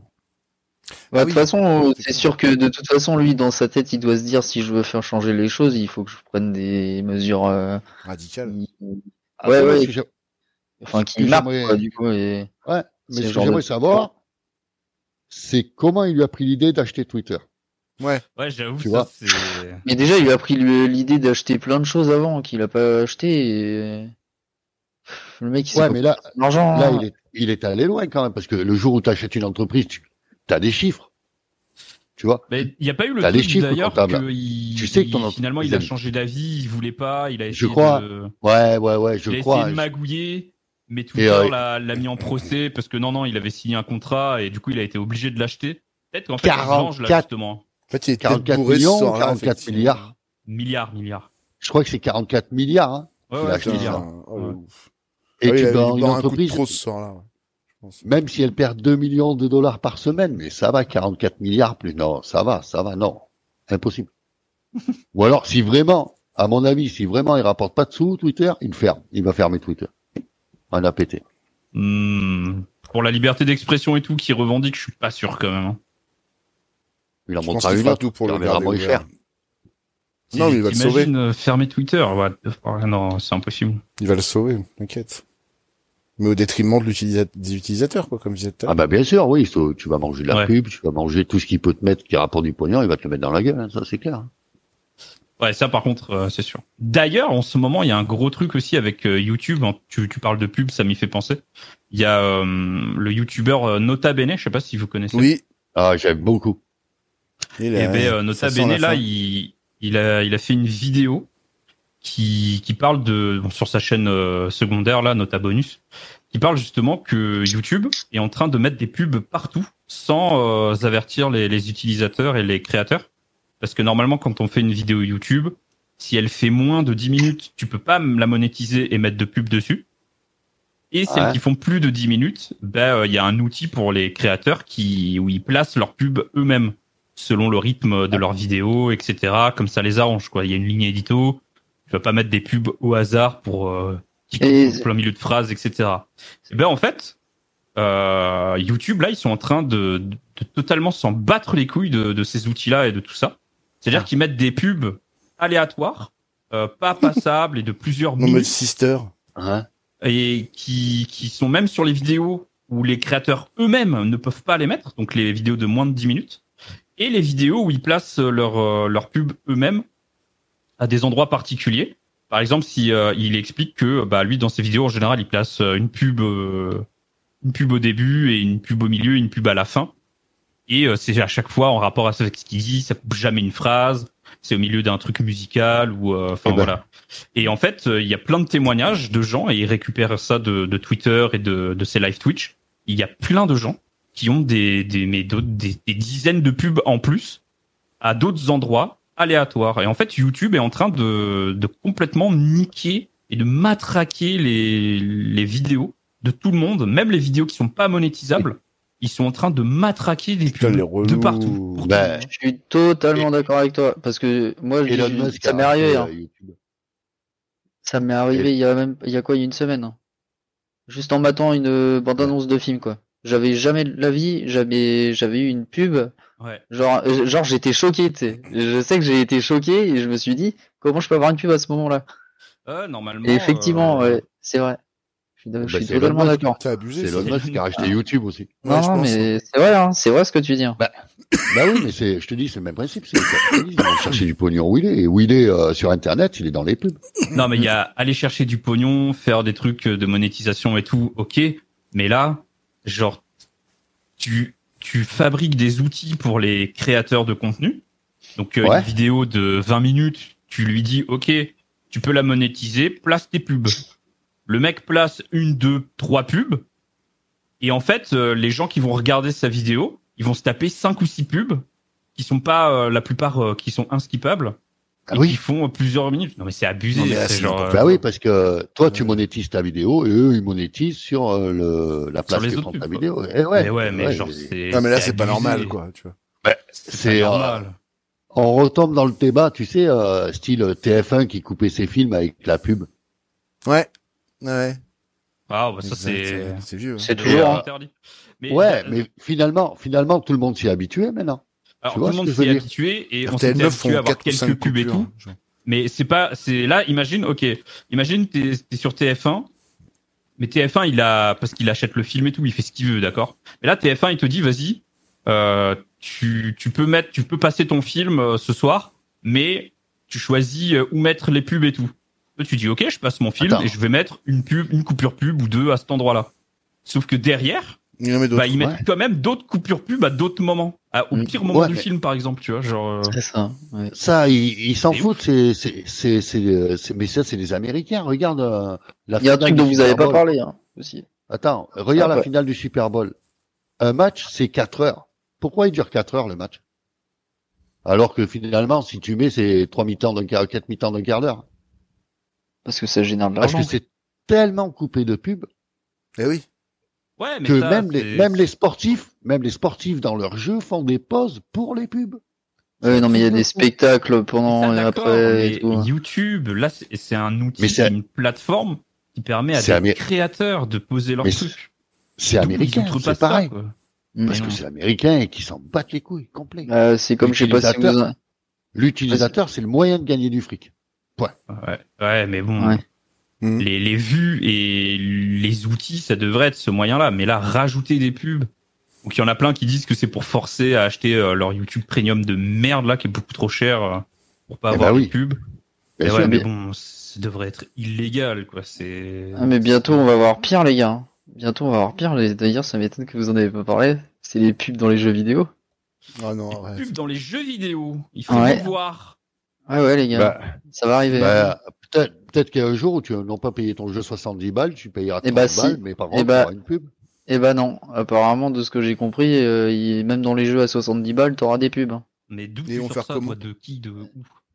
S5: Ah
S7: Bah, de
S5: oui.
S7: toute façon, c'est sûr que de toute façon, lui, dans sa tête, il doit se dire si je veux faire changer les choses, il faut que je prenne des mesures, euh,
S8: Mm.
S5: Radical. Ah
S7: Ouais,
S8: Après,
S7: ouais.
S8: ce que j'ai-
S7: enfin,
S8: Mais
S7: qui marquent,
S8: j'aimerais-
S7: quoi, du coup. Et...
S8: ouais,
S7: C'est
S8: mais ce
S7: le
S8: que
S7: genre de-
S8: j'aimerais savoir, c'est comment il lui a pris l'idée d'acheter Twitter.
S6: Ouais, j'avoue,
S8: Tu
S6: ça,
S8: vois.
S6: c'est,
S7: Mais déjà, il a pris le- l'idée d'acheter plein de choses avant qu'il a pas acheté. Et... Pff, Le mec, il
S8: Ouais,
S7: sait
S8: mais là,
S7: pas
S5: Ah.
S7: hein. l'argent.
S8: là, il est, il est allé loin quand même, parce que le jour où t'achètes une entreprise, tu as des chiffres. Tu vois
S6: mais il n'y a pas eu le
S8: T'as les
S6: truc
S8: chiffres,
S6: d'ailleurs
S8: comptable.
S6: que il-
S8: Tu sais que ton
S6: il- finalement, il a
S8: entreprise-
S6: changé d'avis, il voulait pas, il a essayé
S8: crois,
S6: de,
S8: Ouais, ouais, ouais, je
S6: il a
S8: crois.
S6: essayé de
S8: je-
S6: magouiller, mais Twitter
S8: euh,
S6: l'a, l'a mis en procès parce que non, non, il avait signé un contrat et du coup, il a été obligé de l'acheter. Peut-être qu'en fait, il se venge, là,
S8: 44.
S6: justement.
S5: En fait, il est peut-être
S8: 44
S5: bourré ce
S8: millions,
S5: soir-là,
S8: 44
S5: effectivement.
S8: milliards.
S6: Milliards, milliards.
S8: Je crois que c'est 44 milliards. Hein. Il
S6: Ouais, ouais,
S8: a
S6: c'est
S8: acheté
S5: Putain,
S6: milliards.
S5: oh, le
S6: Ouais.
S5: ouf.
S8: Et
S5: Ah oui, il
S8: tu
S5: a dû
S8: vends une
S5: boire un coup de
S8: entreprise,
S5: trop ce soir-là. ouais, je pense.
S8: même si elle perd 2 millions de dollars par semaine, mais ça va, 44 milliards plus. Non, ça va, ça va, non. Impossible. Ou alors, si vraiment, à mon avis, si vraiment il rapporte pas de sous, Twitter, il ferme. Il va fermer Twitter. On a pété.
S6: Hmm. Pour la liberté d'expression et tout, qui revendique, je suis pas sûr quand même. hein.
S8: Il en
S5: Je pense
S8: montrera
S5: qu'il
S8: une
S5: fera
S8: autre.
S5: tout pour
S8: Il
S5: le
S8: en mettra
S5: garder
S8: moins
S5: ouvert.
S8: cher.
S5: Non, mais il va le sauver.
S6: T'imagines, euh, fermer Twitter. what the fuck, Non, c'est impossible.
S5: Il va le sauver, t'inquiète. Mais au détriment de l'utilisa- des utilisateurs, quoi, comme je disais tout à
S8: Ah
S5: l'heure.
S8: bah bien sûr, oui, so- tu vas manger de la
S6: Ouais.
S8: pub, tu vas manger tout ce qui peut te mettre qui rapporte du pognon, il va te le mettre dans la gueule, hein, ça c'est clair.
S6: Ouais, ça par contre, euh, c'est sûr. D'ailleurs, en ce moment, il y a un gros truc aussi avec euh, YouTube. hein. Tu, tu parles de pub, ça m'y fait penser. Il y a euh, le youtubeur euh, Nota Bene, je sais pas si vous connaissez.
S5: Oui.
S8: Ah, j'aime beaucoup.
S5: Il
S6: Et
S5: a-
S6: ben, euh, Nota
S5: ça sent la
S6: Bene, là,
S5: fin.
S6: il, il, a, il a fait une vidéo qui, qui parle de, bon, sur sa chaîne euh, secondaire, là, Nota Bonus, qui parle justement que YouTube est en train de mettre des pubs partout sans euh, avertir les, les utilisateurs et les créateurs. Parce que normalement, quand on fait une vidéo YouTube, si elle fait moins de 10 minutes, tu peux pas m- la monétiser et mettre de pub dessus. Et celles
S8: Ouais.
S6: qui font plus de 10 minutes, ben, euh, il y a un outil pour les créateurs qui, où ils placent leurs pubs eux-mêmes selon le rythme de leurs vidéos, etc. Comme ça les arrange, quoi. Il y a une ligne édito. Tu vas pas mettre des pubs au hasard pour, euh, qui
S7: Et-
S6: coupent en plein milieu de phrase, etc. Et ben, en fait, euh, YouTube, là, ils sont en train de, de totalement s'en battre les couilles de, de ces outils-là et de tout ça.
S5: Ah.
S6: C'est-à-dire qu'ils mettent des pubs aléatoires, euh, pas passables et de plusieurs
S5: Non, mais
S6: minutes
S5: Sister.
S8: Hein
S6: et qui, qui sont même sur les vidéos où les créateurs eux-mêmes ne peuvent pas les mettre, donc les vidéos de moins de 10 minutes, et les vidéos où ils placent leur, euh, leur pub eux-mêmes à des endroits particuliers. Par exemple, si euh, il explique que bah, lui, dans ses vidéos, en général, il place euh, une pub, euh, une pub au début et une pub au milieu et une pub à la fin. Et euh, c'est à chaque fois en rapport à ce qu'il dit, ça coupe jamais une phrase, c'est au milieu d'un truc musical ou euh, enfin
S8: Eh ben.
S6: voilà. Et en fait, euh, il y a plein de témoignages de gens, et ils récupèrent ça de, de Twitter et de, de ses live Twitch. Il y a plein de gens qui ont des, des, mais d'autres- des, des dizaines de pubs en plus à d'autres endroits aléatoires. Et en fait, YouTube est en train de, de complètement niquer et de matraquer les, les vidéos de tout le monde, même les vidéos qui sont pas monétisables. Ils sont en train de matraquer des
S5: Putain,
S6: pubs
S5: les relous.
S6: de partout. pour tout
S8: Ben,
S7: Je suis totalement d'accord avec toi parce que moi, je-
S8: Elon
S7: je-
S8: Musk
S7: ça
S8: a
S7: m'est
S8: racheté,
S7: arrivé.
S8: euh,
S7: hein.
S8: YouTube.
S7: Ça m'est arrivé il y a même il y a quoi il y a une semaine. hein. Juste en matant une euh, bande-annonce de film quoi. J'avais jamais de la vie, j'avais j'avais eu une pub.
S6: le monde. Ouais.
S7: Genre euh, genre j'étais choqué, tu sais. Je sais que j'ai été choqué et je me suis dit comment je peux avoir une pub à ce moment-là.
S6: Euh, normalement.
S7: Et effectivement,
S6: euh,
S7: ouais, c'est vrai. Je suis, je
S8: Bah,
S7: suis
S8: c'est
S7: totalement
S8: Elon Musk.
S7: d'accord.
S5: T'as abusé,
S8: C'est
S5: ça.
S8: Elon Musk qui a racheté YouTube aussi.
S5: Ouais, je
S7: non,
S5: pense.
S7: mais c'est vrai, hein, c'est vrai ce que tu dis. hein.
S8: Bah oui, mais c'est, je te dis, c'est le même principe. C'est le capitalisme. On va chercher du pognon où il est. Et où il est euh, sur Internet, il est dans les pubs.
S6: Non, mais il y a aller euh, chercher du pognon, faire des trucs de monétisation et tout, ok. Mais là, genre, tu, tu fabriques des outils pour les créateurs de contenu. Donc, euh,
S8: Ouais.
S6: une vidéo de 20 minutes, tu lui dis, OK, tu peux la monétiser, place tes pubs. Le mec place une, deux, trois pubs. Et en fait, euh, les gens qui vont regarder sa vidéo, ils vont se taper cinq ou six pubs qui sont pas, euh, la plupart, euh, qui sont inskippables.
S8: Ah
S6: et
S8: oui.
S6: qui font plusieurs minutes. Non, mais c'est abusé.
S5: Non, mais là,
S6: c'est
S5: c'est
S6: genre,
S5: n'importe
S6: euh,
S8: Bah oui, parce que toi, tu
S5: Euh.
S8: monétises ta vidéo et eux, ils monétisent sur euh, le, la place
S6: les
S8: que
S6: autres
S8: prend ta
S6: pubs,
S8: vidéo. Eh ouais,
S6: euh, mais ouais, mais
S8: ouais,
S6: genre,
S8: c'est-
S6: c'est.
S5: Non, mais là, c'est pas
S6: abusé.
S5: normal, quoi, tu vois.
S8: c'est
S6: pas
S8: euh,
S6: normal.
S8: on retombe dans le débat, tu sais, euh, style TF1 qui coupait ses films avec la pub.
S5: Ouais. Ouais.
S6: Ah, bah, ça,
S5: Exact,
S6: c'est.
S5: ouais, C'est vieux. hein.
S7: C'est
S6: Et,
S7: toujours.
S6: euh,
S7: hein.
S6: interdit. Mais,
S8: Ouais,
S6: euh,
S8: mais finalement, finalement, tout le monde s'y est habitué maintenant.
S6: alors,
S8: tu
S6: tout
S8: vois
S6: le
S8: ce
S6: monde
S8: que je veux
S6: s'est
S8: dire
S6: habitué et on s'est
S5: RTL9
S6: habitué à
S5: font
S6: avoir
S5: 4 ou hein,
S6: quelques
S5: 5
S6: pubs et tout. Mais c'est pas, c'est là, imagine, ok, imagine t'es t'es sur TF1, mais TF1 il a parce qu'il achète le film et tout, il fait ce qu'il veut, d'accord. Mais là TF1 il te dit vas-y, euh, tu tu peux mettre, tu peux passer ton film euh, ce soir, mais tu choisis euh, où mettre les pubs et tout. Toi, tu dis ok, je passe mon film
S8: Attends.
S6: et je vais mettre une pub, une coupure pub ou deux à cet endroit-là. Sauf que derrière,
S5: Non, mais d'autres.
S6: bah, ils mettent
S8: ouais.
S6: quand même d'autres coupures pub à d'autres moments, à- au
S7: Mm,
S6: pire moment
S8: ouais,
S6: du
S8: mais-
S6: film par exemple, tu vois, genre. euh,
S7: C'est ça. ouais.
S8: Ça, ils ils s'en
S6: C'est
S8: foutent. C'est, c'est, c'est, c'est, euh, c'est- mais ça, c'est les Américains. Regarde euh, la
S7: Il y a un
S8: finale
S7: truc dont
S8: du
S7: vous avez
S8: Super
S7: pas
S8: Bowl.
S7: parlé, hein, aussi.
S8: Attends, regarde
S7: Ah,
S8: la
S7: ouais.
S8: finale du Super Bowl. Un match, c'est 4 heures. Pourquoi il dure 4 heures le match Alors que finalement, si tu mets, c'est 3 mi-temps d'un quart, 4 mi-temps d'un quart d'heure.
S7: Parce que ça génère de
S6: Ah,
S8: Ah, Parce
S7: l'argent.
S8: que c'est tellement coupé de pub
S6: Bah,
S5: Eh oui.
S6: Ouais, mais
S8: que
S6: ça,
S8: même les,
S6: c'est-
S8: même les sportifs, même les sportifs dans leur jeu font des pauses pour les pubs.
S7: Ouais, non, mais il y a des spectacles
S8: Ah,
S6: Mais
S7: pendant
S6: ça,
S7: et
S6: Ah, d'accord,
S7: après et
S6: mais
S7: tout. hein.
S6: YouTube, là, c'est c'est un
S8: hein.
S6: outil,
S8: Mais c'est-
S6: c'est une plateforme qui permet à des
S8: C'est amé-
S6: créateurs de poser leur
S8: Mais
S6: truc.
S8: C'est
S6: D'où ils
S8: américain,
S6: outrepassent
S8: c'est
S6: ça,
S8: pareil.
S6: quoi.
S7: Mm.
S8: parce
S6: non.
S8: que c'est américain et qu'ils s'en battent les couilles, complet.
S7: Euh, c'est comme, je sais pas si vous...
S8: L'utilisateur. L'utilisateur, c'est le moyen de gagner du fric.
S6: Ouais, ouais, mais bon,
S7: Ouais.
S5: Mhm.
S6: les, les vues et les outils, ça devrait être ce moyen-là. Mais là, rajouter des pubs. Donc il y en a plein qui disent que c'est pour forcer à acheter euh, leur YouTube Premium de merde là, qui est beaucoup trop cher euh, pour pas
S8: Eh
S6: avoir
S8: ben
S6: de
S8: oui.
S6: pub.
S8: Bien
S6: Et
S8: sûr,
S6: ouais, mais
S8: mais-
S6: bon, ça devrait être illégal, quoi. C'est.
S7: Ah, mais bientôt, on va avoir pire, les gars. Bientôt, on va avoir pire. Les- D'ailleurs, ça m'étonne que vous en avez pas parlé. C'est les pubs dans les jeux vidéo.
S5: Ah non,
S6: Des
S5: ouais.
S6: pubs dans les jeux vidéo. Il faut
S7: Ouais.
S6: le voir.
S7: Ah ouais, les gars.
S4: Bah,
S7: Ça va arriver.
S8: Bah, peut-être peut-être qu'il y a un jour où tu n'as pas payé ton jeu 70 balles, tu payeras 30
S7: Eh bah, si.
S8: balles, mais par contre,
S7: bah-
S8: tu auras une pub.
S7: Eh ben non. Apparemment, de ce que j'ai compris, euh, il- même dans les jeux à 70 balles, t'auras des pubs. hein.
S6: Mais d'où
S5: Et
S6: tu
S5: on
S6: sors
S5: faire
S6: ça,
S5: comment
S6: toi, de qui, de où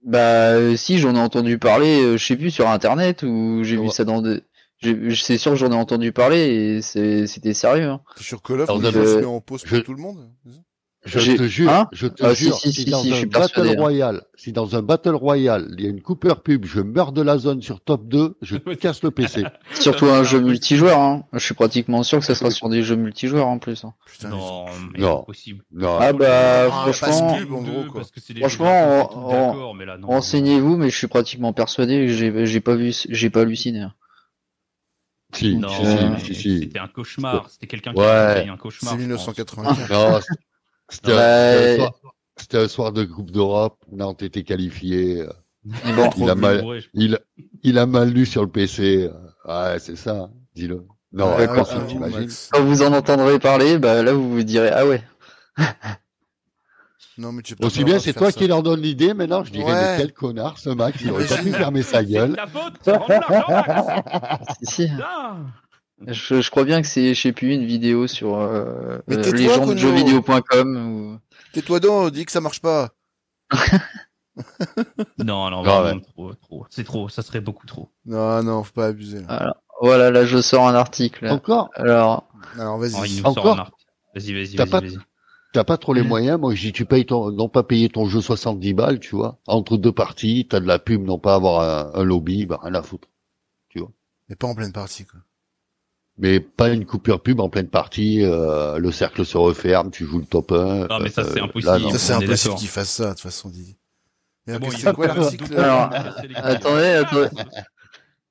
S7: Bah, euh, si, j'en ai entendu parler, euh, je sais plus, sur Internet, ou j'ai vu
S8: Ouais.
S7: ça dans des... j'ai- C'est sûr que j'en ai entendu parler et c'est- c'était sérieux. hein.
S5: Sur Call of,
S8: Alors,
S5: on
S8: je-
S5: se met en pause pour
S8: je-
S5: tout le monde. c'est ça
S8: Je
S7: J'ai-
S8: te jure,
S7: Hein
S8: je te
S7: Ah, si,
S8: jure,
S7: si,
S8: si,
S7: si,
S8: dans
S7: si, je
S8: un
S7: suis
S8: battle
S7: persuadé, hein.
S8: royal, si dans un battle royal, il y a une coupure pub, je meurs de la zone sur top 2, je te casse le PC.
S7: Surtout un jeu multijoueur, hein. Je suis pratiquement sûr que ça sera sur des jeux multijoueurs en plus. hein.
S5: Putain,
S6: Non, mais
S8: Non.
S6: c'est possible.
S8: Non,
S7: Ah bah,
S5: Ah, la
S7: franchement,
S5: passe pub, en gros, quoi.
S6: Parce que c'est des
S7: Franchement,
S6: jeux,
S7: on-
S6: tout
S7: on-
S6: d'accord, mais là, non.
S7: renseignez-vous, mais je suis pratiquement persuadé que j'ai j'ai pas vu, j'ai pas halluciné.
S8: si,
S6: Non,
S8: si,
S6: mais
S8: si, si, si.
S6: c'était un cauchemar. C'était quelqu'un qui
S8: Ouais.
S6: a fait un cauchemar.
S5: C'est
S6: je pense.
S5: 1984.
S8: Non, c- c'était un-
S7: Ouais.
S8: c'était un soir- c'était un soir de Coupe d'Europe, Nantes était qualifié, euh,
S7: Mais bon,
S8: il a mal,
S6: Ouais, je-
S8: il, il a mal lu sur le PC. euh, Ouais, c'est ça, dis-le. Non,
S5: Ouais,
S8: d'accord,
S5: ouais, ouais,
S8: t'imagines.
S5: Ah, Max.
S7: quand vous en entendrez parler, bah là vous vous direz ah ouais.
S5: Non, mais tu peux
S8: Aussi
S5: pas
S8: bien,
S5: avoir
S8: c'est
S5: faire
S8: toi
S5: ça.
S8: qui leur donne l'idée, maintenant je dirais,
S5: Ouais.
S8: mais quel connard ce Max, il aurait pas pu
S5: Imagine.
S8: fermer sa
S6: C'est de
S8: gueule.
S6: la faute rends-le l'argent, Max.
S7: Si, si.
S6: Putain.
S7: Je, je crois bien que c'est je sais plus une vidéo sur euh,
S5: Mais
S7: euh,
S5: tais-toi,
S7: lesjeuxvideo.com
S5: Tais-toi donc, dis que ça marche pas.
S6: Non, non,
S8: Ah,
S6: vraiment, trop, trop. C'est trop, ça serait beaucoup trop.
S5: Non, non, faut pas abuser. là.
S7: ou voilà là je sors un article.
S8: Encore,
S7: Alors
S5: Alors,
S6: Oh, il
S5: vas-y.
S6: nous sort
S8: Encore
S6: un arc. Vas-y, vas-y,
S8: T'as
S6: vas-y,
S8: pas-
S6: vas-y.
S8: t'as pas trop les moyens, moi je dis, tu payes ton, non pas payer ton jeu 70 balles, tu vois, entre deux parties, t'as de la pub, non pas avoir un, un lobby, bah rien à foutre.
S5: Mais pas en pleine partie, quoi.
S8: Mais pas une coupure pub en pleine partie, euh, le cercle se referme, tu joues le top 1.
S6: Non, mais ça, c'est impossible.
S8: là, non.
S5: Ça, c'est
S6: on est
S5: impossible
S6: d'accord.
S5: qu'ils fassent ça, de toute façon, Didier. Et
S6: Ah bon,
S5: qu'est-ce
S6: il
S5: que
S6: y a
S5: c'est quoi
S6: pas de-
S8: Ah.
S5: l'article
S6: Ah,
S7: Alors,
S5: là
S7: attendez, attendez.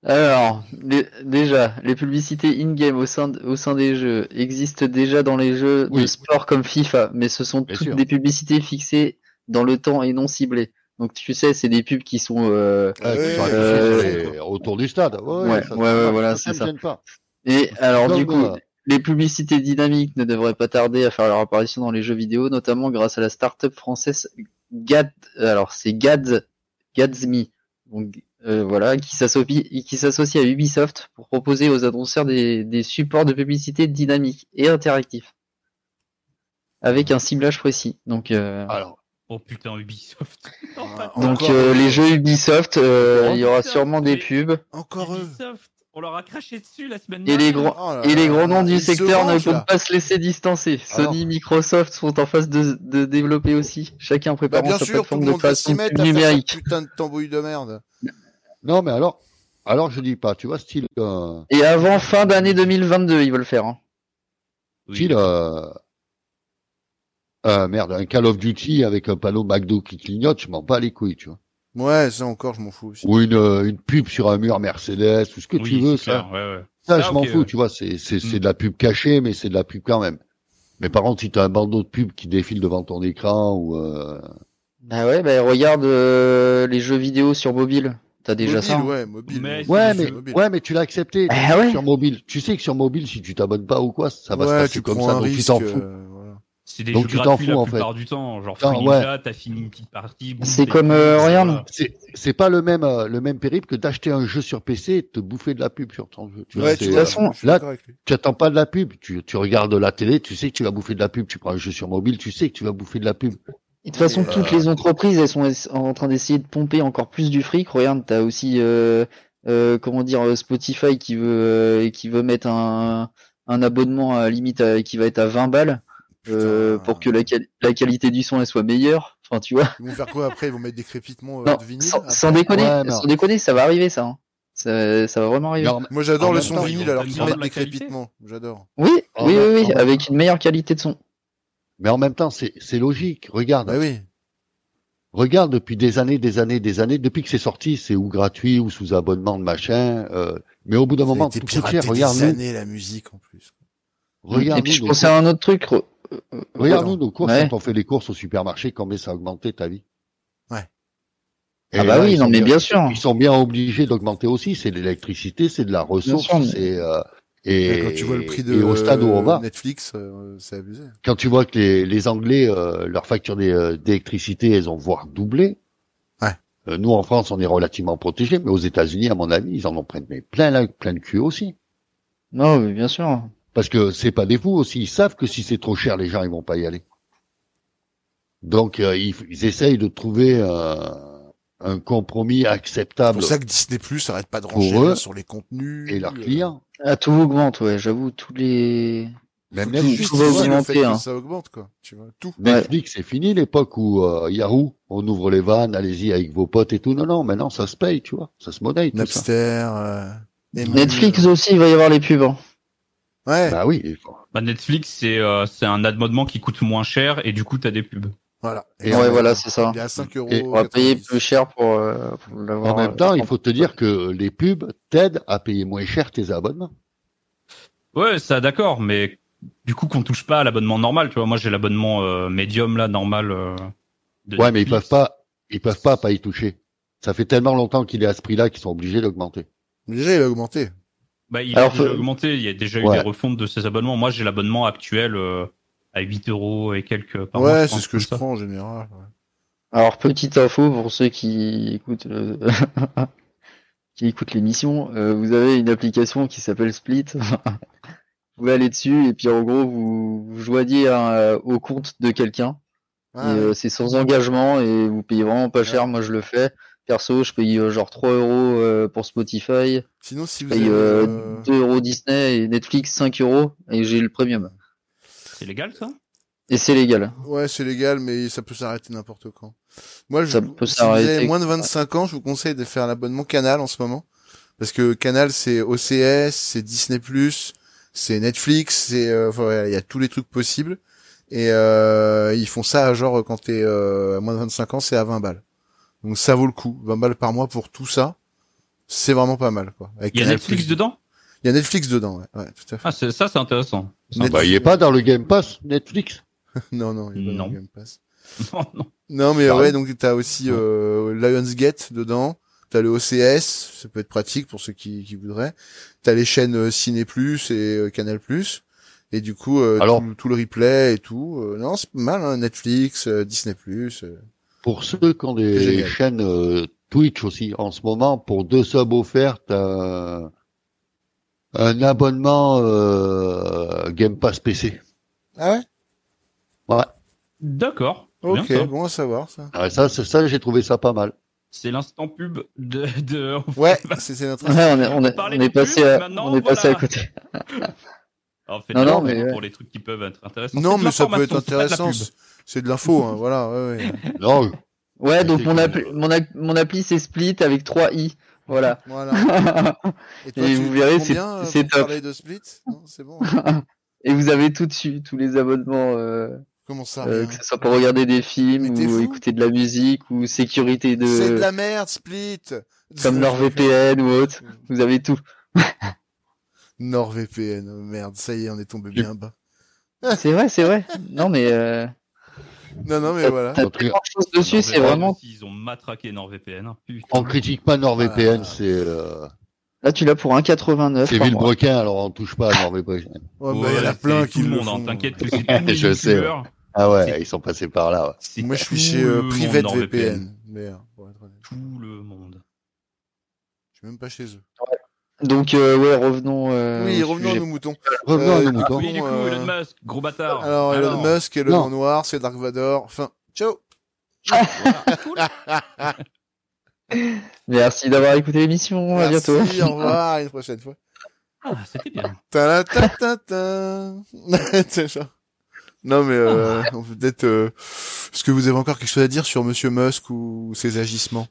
S7: alors les- déjà les publicités in-game au sein de- au sein des jeux existent déjà dans les jeux de
S8: Oui.
S7: sport comme FIFA, mais ce sont
S8: Bien
S7: toutes
S8: sûr.
S7: des publicités fixées dans le temps et non ciblées. Donc tu sais, c'est des pubs qui sont euh,
S8: Ah,
S7: Euh,
S8: autour du stade. Ouais,
S7: Ouais,
S8: ça-
S7: ouais, ouais, voilà,
S8: ça
S7: c'est
S8: me
S7: ça.
S8: gêne pas.
S7: Et alors
S8: Non,
S7: du
S8: non,
S7: coup,
S8: non.
S7: les publicités dynamiques ne devraient pas tarder à faire leur apparition dans les jeux vidéo, notamment grâce à la start-up française Gad, euh, alors c'est Gad, Gadsmi, donc euh, voilà, qui s'associe, qui s'associe à Ubisoft pour proposer aux annonceurs des, des supports de publicité dynamiques et interactifs, avec un ciblage précis. Donc, euh,
S8: Alors,
S6: Oh putain, Ubisoft.
S7: donc
S5: Ah, encore,
S7: euh, les jeux Ubisoft, euh,
S6: Oh,
S7: il y aura
S6: Ubisoft,
S7: sûrement des
S6: mais-
S7: pubs
S5: encore eux.
S6: Ubisoft, on leur a craché dessus la semaine
S7: et les
S6: dernière.
S7: grands.
S5: Oh là
S7: Et les
S5: là
S7: grands
S5: là,
S7: noms du
S5: ils se
S7: secteur ne
S5: vengent,
S7: peuvent
S5: là.
S7: pas se laisser distancer.
S5: Ah non.
S7: Sony, Microsoft sont en phase de, de développer aussi. Chacun
S5: Bah,
S7: préparant
S5: bien
S7: sa
S5: sûr, tout
S7: plateforme
S5: le
S7: de
S5: monde va s'y
S7: plateforme
S5: mettre à faire cette
S7: numérique.
S5: putain de tambouille de merde.
S8: non, mais alors, alors je dis pas, tu vois, style, euh,
S7: Et avant fin d'année 2022, ils veulent faire. hein.
S8: style, euh, euh, merde, un Call of Duty avec un panneau McDo qui clignote, je m'en bats les couilles, tu vois.
S5: Ouais, ça encore, je m'en fous aussi.
S8: Ou une, euh, une pub sur un mur Mercedes, ou ce que
S6: Oui,
S8: tu veux,
S6: c'est
S8: ça.
S6: clair, ouais, ouais.
S8: Ça,
S6: Ah,
S8: je
S6: ok,
S8: m'en fous,
S6: ouais.
S8: tu vois, c'est, c'est, c'est
S6: Mm.
S8: de la pub cachée, mais c'est de la pub quand même. Mais par contre, si t'as un bandeau de pub qui défile devant ton écran ou euh,
S7: Bah ouais, bah regarde euh, les jeux vidéo sur mobile. T'as déjà
S5: mobile,
S7: ça. hein.
S5: ouais, mobile. Eh
S6: Mais c'est
S8: ouais
S6: des
S8: mais
S5: jeux mobiles.
S8: ouais mais tu l'as accepté
S7: Bah ouais.
S8: sur mobile. Tu sais que sur mobile, si tu t'abonnes pas ou quoi, ça va se
S5: Ouais,
S8: passer
S5: tu
S8: comme
S5: prends
S8: ça,
S5: un
S8: donc
S5: risque.
S8: tu t'en fous.
S5: euh, voilà.
S6: C'est des
S8: Donc
S6: jeux
S8: tu t'en
S6: gratuits
S8: fous,
S6: la
S8: en
S6: plupart du temps. Genre,
S8: Non,
S6: Free
S8: ouais.
S6: Ninja, t'as fini une petite partie. boum,
S7: C'est
S6: t'es-
S7: comme, euh,
S6: voilà.
S7: rien.
S8: C'est, c'est pas le même euh, le même périple que d'acheter un jeu sur PC et de te bouffer de la pub sur ton jeu. Tu vois,
S5: Ouais,
S8: c'est- euh,
S5: tu vois,
S7: de toute façon,
S5: je suis
S8: là-
S5: d'accord avec lui.
S8: tu attends pas de la pub. Tu, tu regardes la télé, tu sais que tu vas bouffer de la pub. Tu prends un jeu sur mobile, tu sais que tu vas bouffer de la pub.
S7: Et de toute
S5: euh,
S7: façon, toutes les entreprises, elles sont es- en train d'essayer de pomper encore plus du fric. Regarde, t'as aussi, euh, euh, comment dire, euh, Spotify qui veut, euh, qui veut mettre un, un abonnement à limite à- qui va être à 20 balles euh,
S5: Putain.
S7: pour que la, quali- la qualité du son elle soit meilleure. Enfin, tu vois.
S5: Ils vont faire quoi après Ils vont mettre des crépitements euh,
S7: Non,
S5: de vinyle
S7: sans,
S5: après
S7: sans déconner,
S8: Ouais, mais-
S7: sans déconner, ça va arriver, ça. hein. Ça, ça va vraiment arriver.
S8: Alors,
S5: Moi j'adore
S8: En
S5: le
S8: même
S5: son
S8: temps,
S6: ils
S5: vinyle
S6: vont
S5: alors
S6: pas
S5: qu'ils
S6: dire
S5: mettent
S6: la
S5: des
S6: qualité.
S5: crépitements. J'adore.
S7: Oui,
S8: En
S7: oui,
S8: même-
S7: oui, oui,
S8: en même-
S7: avec une meilleure qualité de son.
S8: Mais en même temps, c'est, c'est logique. Regarde,
S5: Bah oui.
S8: regarde depuis des années, des années, des années, depuis que c'est sorti, c'est ou gratuit ou sous abonnement de machin. euh, mais au bout d'un
S5: Ça a
S8: moment,
S5: été
S8: tout coûte
S5: piraté
S8: cher. Regarde
S5: des
S8: nous,
S5: années la musique en plus.
S8: regarde
S7: Et puis, je
S8: nous,
S7: pensais à un autre truc. re- euh, euh,
S8: regarde nous nos courses
S7: Ouais.
S8: quand on fait les courses au supermarché, combien ça a augmenté ta vie.
S5: Ouais.
S8: Et
S7: Ah bah
S8: là,
S7: oui,
S8: ils
S7: non
S8: sont
S7: mais
S8: bien-
S7: bien sûr.
S8: Ils sont bien obligés d'augmenter aussi. C'est de l'électricité, c'est de la ressource,
S7: sûr, mais-
S8: c'est euh,
S5: Et
S8: et,
S5: quand tu vois le prix de
S8: et au stade où on va. Ah,
S5: Netflix, euh, c'est abusé.
S8: quand tu vois que les, les Anglais, euh, leurs factures d'é- euh, d'électricité, elles ont voire doublé.
S5: Ouais.
S8: Euh, nous, en France, on est relativement protégés, mais aux États-Unis, à mon avis, ils en ont pris mais plein, la- plein de cul aussi.
S7: Non, mais bien sûr.
S8: Parce que c'est pas des fous aussi. Ils savent que si c'est trop cher, les gens, ils vont pas y aller. Donc, euh, ils, ils essayent de trouver euh, un compromis
S5: C'est
S8: acceptable
S5: pour ça que Disney Plus arrête pas de
S8: bah. Pour
S5: ranger hein,
S8: eux
S5: sur les contenus.
S8: et leurs
S5: euh,
S8: clients.
S7: Ah, tout augmente, ouais, j'avoue, tous les.
S8: Même
S7: Tout-
S8: Netflix,
S5: Juste
S7: tout va
S5: ici, le fait
S7: augmenter,
S5: que
S7: hein.
S5: ça augmente quoi. Tu vois tout.
S8: Netflix, c'est fini l'époque où euh, Yahoo, on ouvre les vannes, allez-y avec vos potes et tout. Non, non, maintenant ça se paye, tu vois, ça se monnaie tout ça.
S5: Napster. euh, Emule.
S7: Netflix aussi, il va y avoir les pubs. hein.
S5: Ouais.
S8: Bah oui. il faut-
S6: Bah, Netflix, c'est euh, c'est un abonnement qui coûte moins cher et du coup, t'as des pubs.
S5: Voilà.
S8: Et
S7: ouais,
S8: on-
S7: voilà, c'est ça.
S5: Il est à 5 euros.
S8: Et
S7: On va payer plus cher pour, euh, pour l'avoir.
S8: En même
S7: euh,
S8: temps, il faut te dire que les pubs t'aident à payer moins cher tes abonnements.
S6: Ouais, ça, d'accord, mais du coup, qu'on touche pas à l'abonnement normal, tu vois. Moi, j'ai l'abonnement euh, médium, là, normal. euh, de
S8: Ouais, mais ils peuvent
S6: Netflix.
S8: pas, ils peuvent pas pas y toucher. Ça fait tellement longtemps qu'il est à ce prix-là qu'ils sont obligés d'augmenter.
S5: Déjà, il a augmenté.
S6: Bah, il
S7: Alors,
S6: a déjà
S7: faut-
S6: augmenté, il y a déjà eu
S8: Ouais.
S6: des refontes de ces abonnements. Moi, j'ai l'abonnement actuel euh, à 8 euros et quelques par mois.
S5: Ouais,
S6: Ah, je pense,
S5: c'est ce que je
S6: comme ça.
S5: prends en général. ouais.
S7: Alors, petite info pour ceux qui écoutent, le- qui écoutent l'émission, euh, vous avez une application qui s'appelle Split. vous pouvez aller dessus et puis en gros, vous, vous joignez un- au compte de quelqu'un.
S5: Ah,
S7: Et, euh, c'est sans engagement et vous payez vraiment pas cher. Moi, je le fais. Perso, je paye euh, genre 3 euros euh, pour Spotify.
S5: Sinon, si vous
S7: paye
S5: avez,
S7: euh,
S5: euh,
S7: 2 euros Disney et Netflix 5 euros et j'ai le premium.
S6: C'est légal, ça
S7: Et c'est légal.
S5: Ouais, c'est légal, mais ça peut s'arrêter n'importe quand. Moi, je,
S7: Ça peut
S5: si vous avez
S7: s'arrêter.
S5: moins de 25 ans, je vous conseille de faire l'abonnement Canal en ce moment. Parce que Canal, c'est OCS, c'est Disney+, c'est Netflix, c'est, euh, enfin, ouais, il y a tous les trucs possibles. Et euh, ils font ça, genre, quand t'es euh, à moins de 25 ans, c'est à 20 balles. Donc ça vaut le coup. 20 balles par mois pour tout ça, c'est vraiment pas mal, quoi. Avec
S6: Il y a
S5: Canal+.
S6: Netflix dedans
S5: Il y a Netflix dedans, ouais. ouais tout à fait.
S6: Ah, c'est- ça, c'est intéressant.
S8: Ah bah, il est pas dans le Game Pass, Netflix.
S5: non, non, il y a pas dans
S6: Non.
S5: le Game Pass.
S6: Non, non.
S5: Non mais
S8: Pareil.
S5: ouais donc t'as aussi euh, Lionsgate dedans, t'as le OCS, ça peut être pratique pour ceux qui, qui voudraient, t'as les chaînes euh, Ciné Plus et euh, Canal Plus, Et du coup, euh,
S8: Alors-
S5: tout, tout le replay et tout. euh, non, c'est pas mal. hein, Netflix, euh, Disney+. euh.
S8: Pour ceux qui ont des
S5: Génial.
S8: chaînes euh, Twitch aussi, en ce moment, pour deux subs offerts, t'as un abonnement euh, Game Pass PC.
S5: Ah ouais
S8: Ouais,
S6: D'accord. Bien,
S5: Ok,
S6: ça.
S5: bon à savoir ça.
S8: Ouais, ça, c'est ça, j'ai trouvé ça pas mal.
S6: C'est l'instant pub de. de...
S5: Ouais, c'est c'est notre...
S7: Ouais, on est, on est-
S6: Parler
S7: on est
S6: de pub,
S7: passé, à,
S6: maintenant,
S7: on est passé à
S6: voilà.
S7: côté.
S6: Alors, faites
S7: Non, non,
S6: attention
S7: mais
S6: pour les trucs qui peuvent être intéressants.
S5: Non,
S6: C'est de
S5: mais ça peut être
S6: l'information, c'est pas de la
S5: intéressant.
S6: pub.
S5: c'est- C'est de l'info, hein, voilà. Ouais, ouais.
S8: Non,
S7: Ouais, donc
S8: C'est
S7: mon,
S8: cool.
S7: appli, mon, app- mon appli c'est Split avec 3 i. Voilà.
S5: Voilà. Et
S7: Et vous verrez, c'est-
S5: combien, euh,
S7: c'est
S5: pour
S7: top.
S5: parler de Split Non, c'est bon.
S7: Et vous avez tout dessus, tous les abonnements, euh,
S5: Comment ça
S7: euh,
S5: rien
S7: que ce soit pour regarder des
S5: Mais
S7: films
S5: t'es
S7: ou
S5: Ah, fou
S7: écouter de la musique ou sécurité de,
S5: C'est de la merde, Split
S7: comme NordVPN ou autre. Vous avez tout.
S5: NordVPN, oh merde, ça y est, on est tombé bien bas.
S7: C'est vrai, c'est vrai. Non mais euh,
S5: Non, non, mais voilà.
S7: t'as
S8: En tout cas-
S7: tellement de choses dessus, c'est
S6: NordVPN
S7: vraiment.
S6: aussi, Ils ont matraqué NordVPN. hein. Putain.
S8: on critique pas NordVPN,
S5: Ah.
S8: c'est euh,
S7: Là tu l'as pour 1,89.
S8: c'est
S7: par mois.
S8: Villebrequin, alors on touche pas à NordVPN.
S5: Ouais,
S6: Ouais,
S5: bah, il y en a
S6: c'est
S5: plein
S6: tout
S5: qui
S6: le
S5: le
S6: monde, hein,
S5: font.
S6: T'inquiète que c'est tous les
S8: Je sais.
S6: youtubeurs.
S8: Ah ouais,
S6: C'est-
S8: ils sont passés par là. ouais.
S6: C'est
S5: Moi, je suis
S6: tout
S5: chez
S6: le
S5: euh,
S6: monde
S5: Private
S6: dans
S5: VPN. Merde, pour être honnête.
S6: Tout le monde.
S5: Je suis même pas chez eux.
S7: Donc euh, ouais, revenons. euh,
S5: oui,
S7: au
S5: revenons à
S7: sujet.
S5: nos moutons.
S8: Revenons à
S5: Euh,
S8: nos
S5: ah,
S8: moutons.
S5: Bon,
S6: Mais du coup,
S5: euh,
S6: Elon Musk, gros bâtard.
S5: Alors, Elon Musk et le
S8: Non.
S5: Nain Noir, c'est Dark Vador. Enfin, ciao
S6: voilà, cool.
S7: Merci d'avoir écouté l'émission. À
S5: Merci,
S7: bientôt.
S5: au revoir, à une prochaine fois.
S6: Ah, c'était bien.
S5: ta ta ta ta C'est ça. Non mais euh, on peut peut-être euh, est-ce que vous avez encore quelque chose à dire sur monsieur Musk ou ses agissements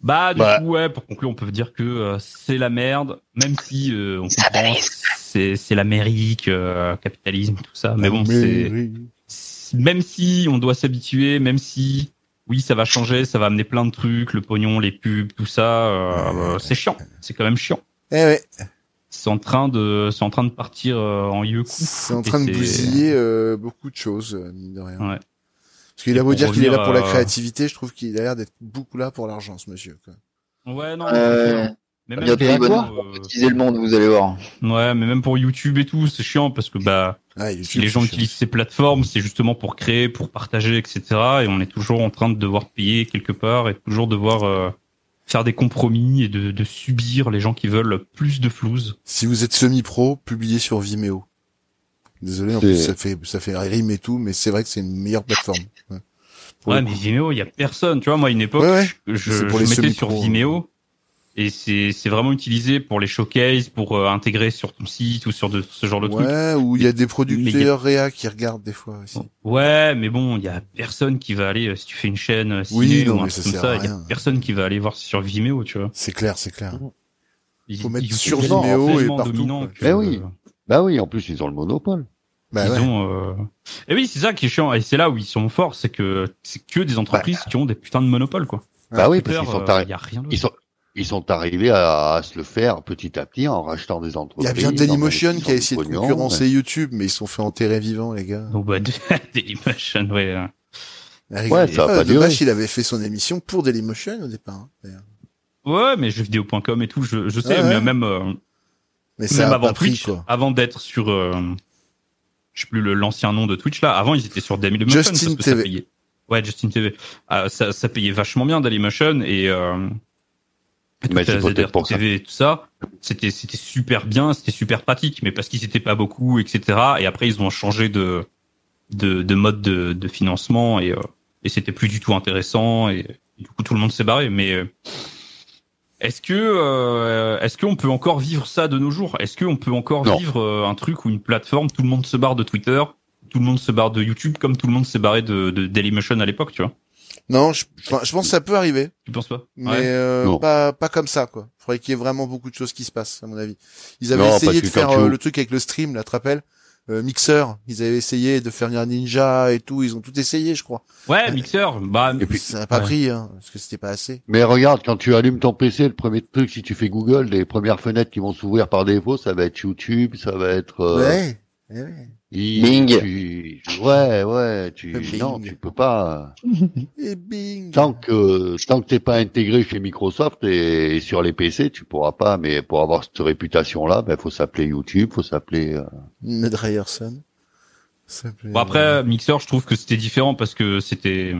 S6: Bah, du
S8: Bah.
S6: coup, ouais, pour conclure, on peut dire que euh, c'est la merde, même si euh, on comprend, c'est c'est l'Amérique, euh, capitalisme, tout ça.
S5: Ah
S6: Mais bon, c'est c'est- même si on doit s'habituer, même si oui, ça va changer, ça va amener plein de trucs, le pognon, les pubs, tout ça, euh,
S5: Ouais.
S6: euh, c'est chiant. C'est quand même chiant.
S5: Eh ouais,
S6: C'est en train de, c'est en train de partir euh, en yeux coup.
S5: c'est en train de
S6: c'est-
S5: bousiller euh, beaucoup de choses euh, mine de rien.
S6: Ouais.
S5: Parce qu'il a
S6: Et
S5: beau
S6: pour
S5: dire qu'il est là
S6: revenir
S5: pour la
S6: à-
S5: créativité, je trouve qu'il a l'air d'être beaucoup là pour l'argent ce monsieur quoi.
S6: Ouais, non.
S7: Euh,
S6: mais
S7: bientôt,
S6: pour,
S8: il va
S6: euh,
S7: Utilisez le monde, vous allez voir.
S6: ouais, mais même pour YouTube et tout, c'est chiant parce que bah,
S5: Ah,
S6: si
S5: YouTube,
S6: les gens
S5: c'est chiant.
S6: utilisent ces plateformes, c'est justement pour créer, pour partager, etc. Et on est toujours en train de devoir payer quelque part et toujours devoir euh, faire des compromis et de, de subir les gens qui veulent plus de flouze.
S5: Si vous êtes semi-pro, publiez sur Vimeo. Désolé, en
S8: C'est-
S5: plus, ça fait ça fait rime et tout, mais c'est vrai que c'est une meilleure plateforme. Ouais. Pour
S6: Ouais,
S5: le
S6: Ah, mais
S5: coup.
S6: Vimeo, il y a personne. Tu vois, moi, à une époque,
S5: Ouais, ouais.
S6: je,
S5: C'est
S6: je
S5: pour les
S6: mettais sur
S5: semi-pros.
S6: Vimeo et c'est c'est vraiment utilisé pour les showcases, pour euh, intégrer sur ton site ou sur de, ce genre de trucs.
S5: Ouais, ou il y a des
S6: Mais il y
S5: producteurs réa qui regardent des fois aussi.
S6: Ouais, mais bon, il y a personne qui va aller euh, si tu fais une chaîne euh,
S5: Oui,
S6: ciné
S5: non,
S6: ou un
S5: mais ça
S6: truc comme
S5: sert à
S6: ça, il y a
S5: rien.
S6: personne qui va aller voir sur Vimeo, tu vois.
S5: C'est clair, c'est clair.
S6: Ils,
S5: Faut mettre
S6: ils sont
S5: sur
S6: tellement-
S5: Vimeo et
S6: tellement
S5: partout,
S6: dominants
S5: quoi.
S6: que,
S8: Eh oui.
S6: euh,
S8: Bah oui, en plus ils ont le monopole.
S5: Bah
S6: ils
S5: ouais.
S6: ont, euh, Et oui, c'est ça qui est chiant et c'est là où ils sont forts, c'est que c'est que des entreprises
S5: Bah.
S6: qui ont des putains de monopoles quoi.
S8: Bah oui, parce
S6: Twitter,
S8: qu'ils sont
S6: euh,
S8: tarés.
S6: y a rien d'autre.
S8: ils sont ils sont arrivés à, à se le faire petit à petit en rachetant des
S5: Il y
S8: entreprises.
S5: a bien
S8: en
S5: Dailymotion
S8: investissant
S5: qui a
S8: du
S5: essayé de
S8: pognon.
S5: concurrencer YouTube, mais ils se sont fait enterrer vivants, les gars.
S6: Donc bah Dailymotion, ouais. euh,
S5: Ah, rigolez
S8: ça va
S5: pas,
S8: pas
S5: dommage,
S8: durer.
S5: il avait fait son émission pour Dailymotion au départ. hein, d'ailleurs.
S6: Ouais, mais jeuxvideo.com et tout, je, je sais,
S5: Ouais, ouais.
S6: mais même euh,
S5: mais ça
S6: même
S5: a
S6: avant
S5: pas pris,
S6: Twitch,
S5: quoi.
S6: avant d'être sur, euh, je sais plus le- l'ancien nom de Twitch là. Avant, ils étaient sur Dailymotion
S5: Justin
S6: parce que ça
S5: TV.
S6: payait. Ouais, Justin TV. Ah, ça, ça payait vachement bien Dailymotion et. Euh, et
S8: Mais
S6: toute
S8: c'est
S6: la
S8: peut-être
S6: ZRTV
S8: pour ça.
S6: et tout ça, c'était c'était super bien, c'était super pratique, mais parce qu'ils étaient pas beaucoup, etc. Et après ils ont changé de de, de mode de, de financement et euh, et c'était plus du tout intéressant et, et du coup tout le monde s'est barré. Mais euh, est-ce que euh, est-ce qu'on peut encore vivre ça de nos jours Est-ce qu'on peut encore
S8: Non.
S6: vivre euh, un truc ou une plateforme Tout le monde se barre de Twitter, tout le monde se barre de YouTube, comme tout le monde s'est barré de, de Dailymotion à l'époque, tu vois
S5: Non, je, enfin, je pense que ça peut arriver,
S6: Tu penses pas
S5: mais
S6: Ouais.
S5: euh,
S8: Non.
S5: pas, pas comme ça, quoi. Faudrait qu'il y ait vraiment beaucoup de choses qui se passent, à mon avis. Ils avaient
S8: Non,
S5: essayé
S8: parce
S5: de
S8: que quand
S5: faire
S8: tu
S5: euh,
S8: ouvres-
S5: le truc avec le stream, là, tu te rappelles Euh, Mixer, ils avaient essayé de faire venir Ninja et tout, ils ont tout essayé, je crois.
S6: Ouais, Mixer, bah,
S8: Et puis-
S5: ça n'a pas
S6: ouais.
S5: pris, hein, parce que c'était pas assez.
S8: Mais regarde, quand tu allumes ton PC, le premier truc, si tu fais Google, les premières fenêtres qui vont s'ouvrir par défaut, ça va être YouTube, ça va être euh,
S5: ouais, Eh oui.
S8: Il-
S7: Bing.
S8: tu- ouais, ouais, tu,
S5: Le bing.
S8: non, tu peux pas.
S5: Et bing
S8: Tant que, tant que t'es pas intégré chez Microsoft et, et sur les PC, tu pourras pas, mais pour avoir cette réputation-là, ben, faut s'appeler YouTube, faut s'appeler, euh,
S5: Ned Ryerson. Ça euh, plaît.
S6: Bon, après, Mixer, je trouve que c'était différent parce que c'était.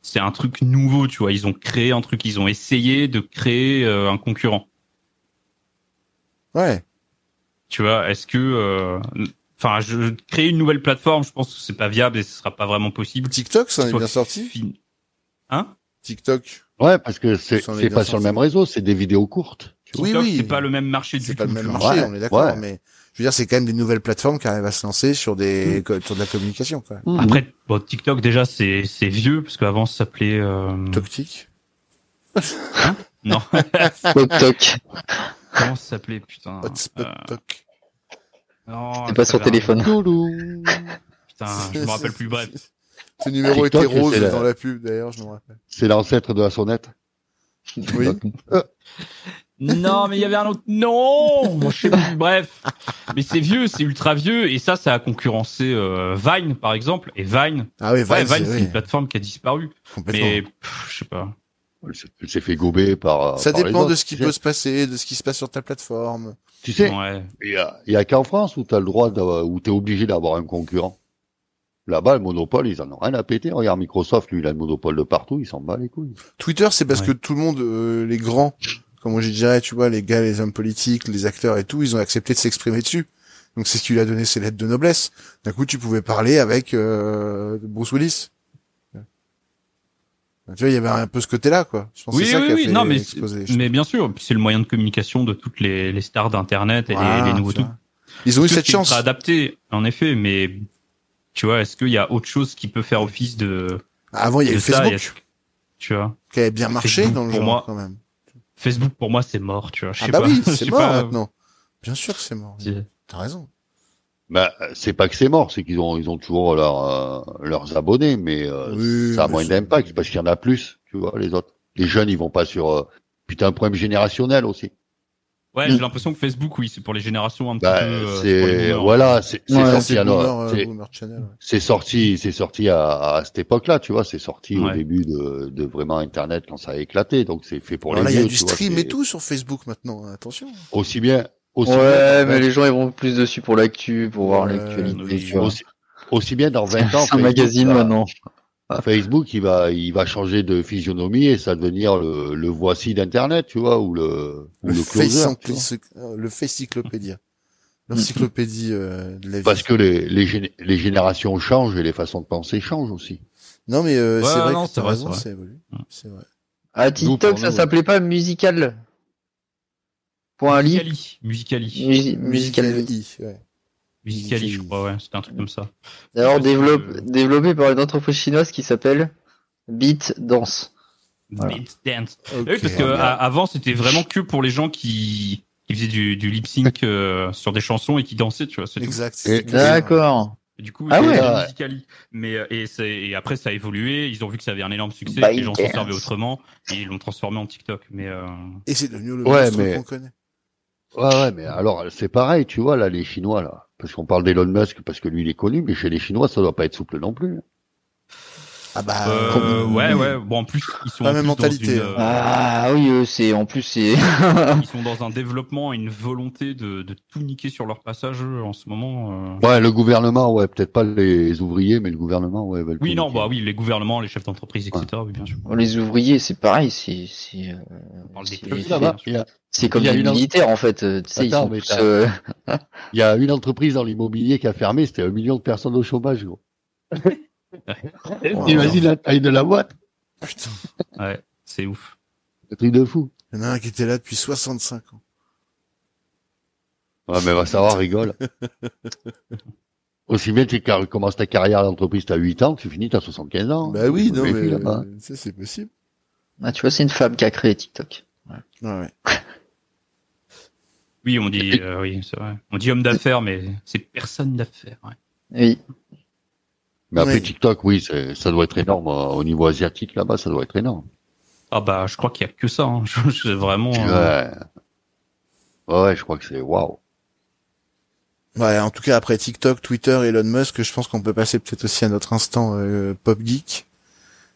S6: C'est un truc nouveau, tu vois. Ils ont créé un truc, ils ont essayé de créer euh, un concurrent.
S5: Ouais.
S6: Tu vois, est-ce que. euh, Enfin, je, créer une nouvelle plateforme, je pense que c'est pas viable et ce sera pas vraiment possible.
S5: TikTok, ça en est
S6: euh, Soit
S5: bien sorti.
S6: fi- Hein
S5: TikTok.
S8: ouais, parce que c'est,
S5: Ça en est
S8: c'est
S5: bien
S8: pas sur le
S5: sorti.
S8: même réseau, c'est des vidéos courtes.
S5: Oui,
S6: TikTok,
S5: oui.
S6: C'est pas le même marché du
S5: C'est
S6: tout.
S5: pas le même
S6: tu vois.
S5: marché,
S8: Ouais,
S5: on est d'accord,
S8: ouais.
S5: mais je veux dire, c'est quand même des nouvelles plateformes qui arrivent à se lancer sur
S8: Mm.
S5: des co- sur de la communication, quoi.
S6: Après, bon, TikTok, déjà, c'est c'est vieux parce qu'avant, ça s'appelait. euh,
S5: Toctic.
S6: Non,
S7: Toc toc.
S6: comment ça s'appelait, putain
S5: Hotspot
S6: euh,
S5: Toc.
S6: non,
S7: C'est pas sur
S6: ça avait un-
S7: téléphone.
S8: Touloum.
S6: Putain, ah, je me rappelle plus, bref.
S5: Ce numéro était
S8: Ah, TikTok,
S5: rose
S8: c'est la-
S5: dans la pub, d'ailleurs, je me rappelle.
S8: C'est l'ancêtre de la sonnette.
S5: Oui.
S6: Non, mais il y avait un autre. Non, moi, je sais plus. Bref, mais c'est vieux, c'est ultra vieux, et ça, ça a concurrencé euh, Vine, par exemple. Et Vine,
S5: Ah oui,
S6: ouais,
S5: Vine,
S6: Vine,
S5: c'est-
S6: c'est
S5: oui,
S6: une plateforme qui a disparu.
S5: complètement.
S6: Mais pff, je sais pas.
S8: Elle s'est- elle s'est fait gober par. euh,
S5: Ça
S8: par les
S5: dépend de
S8: autres,
S5: ce qui
S8: tu sais.
S5: peut se passer, de ce qui se passe sur ta plateforme.
S8: Tu sais,
S6: Ouais.
S8: il y a, il y a qu'en France où t'as le droit, d'avoir- où t'es obligé d'avoir un concurrent. Là-bas, le monopole, ils en ont rien à péter. Regarde Microsoft, lui, il a le monopole de partout, il s'en bat les couilles.
S5: Twitter, c'est parce
S6: Ouais.
S5: que tout le monde, euh, les grands, comme moi je dirais, tu vois, les gars, les hommes politiques, les acteurs et tout, ils ont accepté de s'exprimer dessus. Donc c'est ce qui lui a donné ses lettres de noblesse. D'un coup, tu pouvais parler avec euh, Bruce Willis. Tu vois, il y avait un peu ce côté-là, quoi. Je pense que
S6: Oui,
S5: c'est ça
S6: oui,
S5: qui a
S6: oui.
S5: fait
S6: Non, mais,
S5: exploser les choses.
S6: mais bien sûr, puis c'est le moyen de communication de toutes les, les stars d'internet et les-
S5: Voilà,
S6: les, nouveaux
S5: tu vois.
S6: trucs.
S5: Ils ont eu
S6: Tout
S5: Ah, cette
S6: est
S5: chance.
S6: ultra adapté, en effet, mais tu vois, est-ce qu'il y a autre chose qui peut faire office de,
S5: Avant, il y
S6: de
S5: avait
S6: ça
S5: Facebook,
S6: il y a- Tu vois,
S5: qui avait bien marché
S6: Facebook,
S5: dans le
S6: pour
S5: genre,
S6: moi.
S5: quand même.
S6: Facebook pour moi c'est mort, tu vois. Je
S5: Ah
S6: sais
S5: bah
S6: pas.
S5: oui,
S6: Je
S5: c'est
S6: sais
S5: mort
S6: pas.
S5: maintenant. Bien sûr que c'est mort.
S6: C'est-
S5: T'as raison.
S8: Bah, euh, c'est pas que c'est mort, c'est qu'ils ont, ils ont toujours leur, euh, leurs abonnés, mais euh,
S5: Oui,
S8: ça a
S5: mais
S8: moins
S5: c'est-
S8: d'impact parce qu'il y en a plus, tu vois, les autres. Les jeunes, ils vont pas sur. euh, Putain, un problème générationnel aussi.
S6: Ouais, j'ai l'impression que Facebook, oui, c'est pour les générations un petit
S8: Bah,
S6: peu. euh, c'est pour les
S8: c'est
S6: boomers.
S8: voilà, c'est c'est
S7: Ouais,
S8: sorti
S5: C'est
S8: alors.
S5: Boomer, euh,
S8: c'est-
S5: Boomer Channel. ouais.
S8: c'est sorti, c'est sorti à, à cette époque-là, tu vois, c'est sorti au
S6: Ouais.
S8: début de, de vraiment Internet quand ça a éclaté, donc c'est fait pour
S5: Alors là,
S8: les
S5: il y
S8: vieux,
S5: a du
S8: tu vois,
S5: stream
S8: c'est
S5: et tout sur Facebook maintenant. hein, Attention.
S8: Aussi bien, aussi bien,
S7: Ouais, mais les gens ils vont plus dessus pour l'actu, pour voir
S5: Ouais,
S7: l'actualité.
S6: oui.
S7: tu vois.
S8: aussi, aussi bien dans 20 ans.
S7: C'est un magazine
S8: va,
S7: maintenant.
S8: Ah. Facebook, il va, il va changer de physionomie et ça va devenir le, le voici d'Internet, tu vois, ou le, ou le, closer,
S5: face
S8: tu vois.
S5: le facecyclopédia. L'encyclopédie euh, de la vie.
S8: Parce que les, les, gén- les générations changent et les façons de penser changent aussi.
S5: Non, mais euh,
S6: Ouais,
S5: c'est vrai
S6: non,
S5: que
S6: c'est
S5: t'as
S6: vrai,
S5: raison,
S6: c'est vrai.
S5: ça évolue.
S8: Mm.
S5: C'est vrai.
S7: À
S8: pour nous,
S7: Ah, TikTok, ça
S8: ouais.
S7: s'appelait pas musical. Point lit.
S6: hein. Musicali. Musicali.
S7: Musi- Musical.ly.
S5: Musical.ly, ouais.
S6: Musicali, je crois, ouais. C'était un truc comme ça.
S7: D'ailleurs,
S6: Parce que-
S7: développe- développé par une entreprise chinoise qui s'appelle Beat Dance. Voilà.
S6: Beat Dance. Ah
S5: Ok.
S6: oui, parce que à- avant, c'était vraiment que pour les gens qui, qui faisaient du, du lip sync euh, sur des chansons et qui dansaient, tu vois. c'est tout.
S5: Exact.
S8: Et- ah,
S5: c'est-
S7: D'accord.
S6: Et Du coup,
S7: Ah
S6: il y
S7: ouais.
S6: avait
S8: Ouais.
S6: Musicali. Mais euh, et, c'est- et après, ça a évolué. Ils ont vu que ça avait un énorme succès.
S7: By
S6: les gens s'en
S7: Dance.
S6: servaient autrement et ils l'ont transformé en TikTok. Mais euh,
S5: Et c'est devenu le
S8: Ouais,
S5: monstre
S8: mais-
S5: qu'on connaît.
S8: Ouais, ouais, mais alors c'est pareil, tu vois, là, les Chinois, là. Parce qu'on parle d'Elon Musk, parce que lui, il est connu, mais chez les Chinois, ça doit pas être souple non plus.
S5: Ah bah.
S6: euh,
S5: euh,
S6: ouais,
S5: oui.
S6: ouais. Bon, en plus, ils sont
S5: Pas
S6: en
S5: même
S6: plus dans
S5: mentalité.
S6: une, euh,
S7: Ah oui, eux, c'est en plus c'est.
S6: ils sont dans un développement, et une volonté de, de tout niquer sur leur passage eux, en ce moment. euh.
S8: Ouais, le gouvernement, ouais, peut-être pas les ouvriers, mais le gouvernement, ouais. va le
S6: Oui, non,
S8: communiquer.
S6: bah oui, les gouvernements, les chefs d'entreprise, etc. Oui, bien sûr.
S7: Les ouvriers, c'est pareil, c'est c'est euh,
S6: On parle des
S7: c'est-
S6: petits,
S8: Là-bas, il y, a,
S7: c'est comme
S8: Il y a
S7: les
S8: une en-
S7: militaires en fait. euh, Tu sais, ils
S8: Attends,
S7: sont
S8: mais
S7: tous,
S8: t'as-
S7: euh,
S8: il y a une entreprise dans l'immobilier qui a fermé, c'était un million de personnes au chômage, gros. Imagine la taille de la boîte,
S5: Putain.
S6: Ouais, c'est ouf.
S8: le truc de fou.
S5: Il y en a un qui était là depuis 65 ans.
S8: Ouais, mais va savoir, rigole. Aussi bien tu car- commences ta carrière à l'entreprise, t'as 8 ans, tu finis, t'as 75 ans.
S5: Bah oui,
S8: Tu
S5: non,
S8: peux
S5: mais.
S8: plus, là-bas.
S5: euh, Ça, c'est possible.
S7: Ah, tu vois, c'est une femme qui a créé TikTok.
S5: Ouais, ouais.
S6: Oui, on dit, euh, oui, c'est vrai. On dit homme d'affaires, mais c'est personne d'affaires. ouais.
S7: Oui.
S8: Mais après
S5: Oui.
S8: TikTok, oui, c'est- ça doit être énorme. euh, Au niveau asiatique, là-bas, ça doit être énorme.
S6: Ah bah, je crois qu'il y a que ça. Hein. Je, je- vraiment. euh,
S8: Ouais. Ouais, je crois que c'est waouh.
S5: Ouais, en tout cas après TikTok, Twitter, Elon Musk, je pense qu'on peut passer peut-être aussi à notre instant euh, pop geek,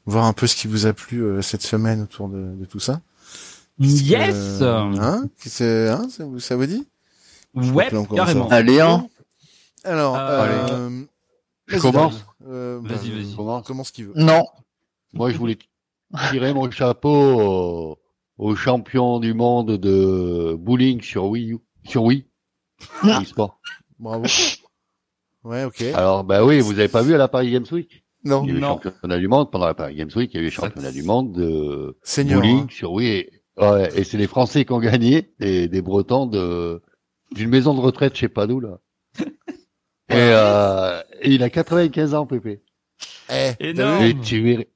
S5: voir un peu ce qui vous a plu euh, cette semaine autour de, de tout ça. Qu'est-ce que-
S6: Yes
S5: Hein, Qu'est-ce que- hein ça, vous, ça vous dit
S6: Ouais,
S5: Là, on commence à-
S6: carrément.
S7: Allez, hein.
S5: Alors,
S6: Euh,
S5: euh,
S8: Je
S5: vas-y,
S8: commence.
S5: David. Euh,
S6: Vas-y,
S5: bah,
S6: vas-y.
S5: Commence, commence qui veut.
S7: Non.
S8: Moi, je voulais tirer mon chapeau au, au champion du monde de bowling sur Wii U. Sur Wii. e-sport.
S5: Bravo. Ouais, ok.
S8: Alors, bah oui, vous avez pas vu à la Paris Games Week
S5: non,
S8: Il y a eu le
S6: Non.
S8: championnat du monde pendant la Paris Games Week, il y a eu le championnat du monde de
S5: senior.
S8: bowling
S5: hein.
S8: sur Wii. Et, ouais, et c'est les Français qui ont gagné et des Bretons de d'une maison de retraite, je sais pas d'où là. Et, euh, et il a 95 ans, Pépé.
S5: Eh,
S6: Et
S5: t'as
S6: non.
S5: vu
S8: Et tu verrais,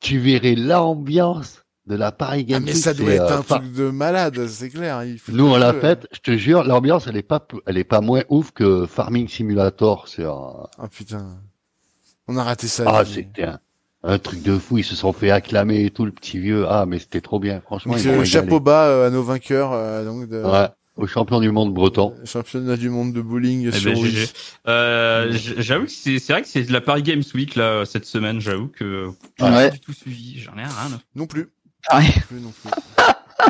S8: tu verrais l'ambiance de la Paris
S5: Ah,
S8: Games
S5: mais
S8: Week,
S5: ça doit
S8: c'est,
S5: être
S8: euh,
S5: un
S8: pas-
S5: truc de malade, c'est clair. Il faut-
S8: Nous, on l'a
S5: euh,
S8: faite, je te jure, l'ambiance, elle est pas, p- elle est pas moins ouf que Farming Simulator. C'est un-
S5: Ah putain, on a raté ça.
S8: Ah,
S5: David.
S8: c'était un, un truc de fou. Ils se sont fait acclamer et tout, le petit vieux. Ah, mais c'était trop bien. Franchement,
S5: Donc,
S8: ils
S5: euh,
S8: m'ont régalé.
S5: chapeau bas euh, à nos vainqueurs, euh, donc de
S8: Ouais, au champion du monde breton.
S5: championnat du monde de bowling
S6: Eh
S5: sur
S6: ben,
S5: Wii.
S6: GG. Euh, j- j'avoue que c'est c'est vrai que c'est de la Paris Games Week là cette semaine. J'avoue que j'ai
S7: Ouais.
S6: pas du tout suivi. J'en ai rien. à foutre.
S5: Non plus.
S7: Ouais.
S5: Non plus, non plus.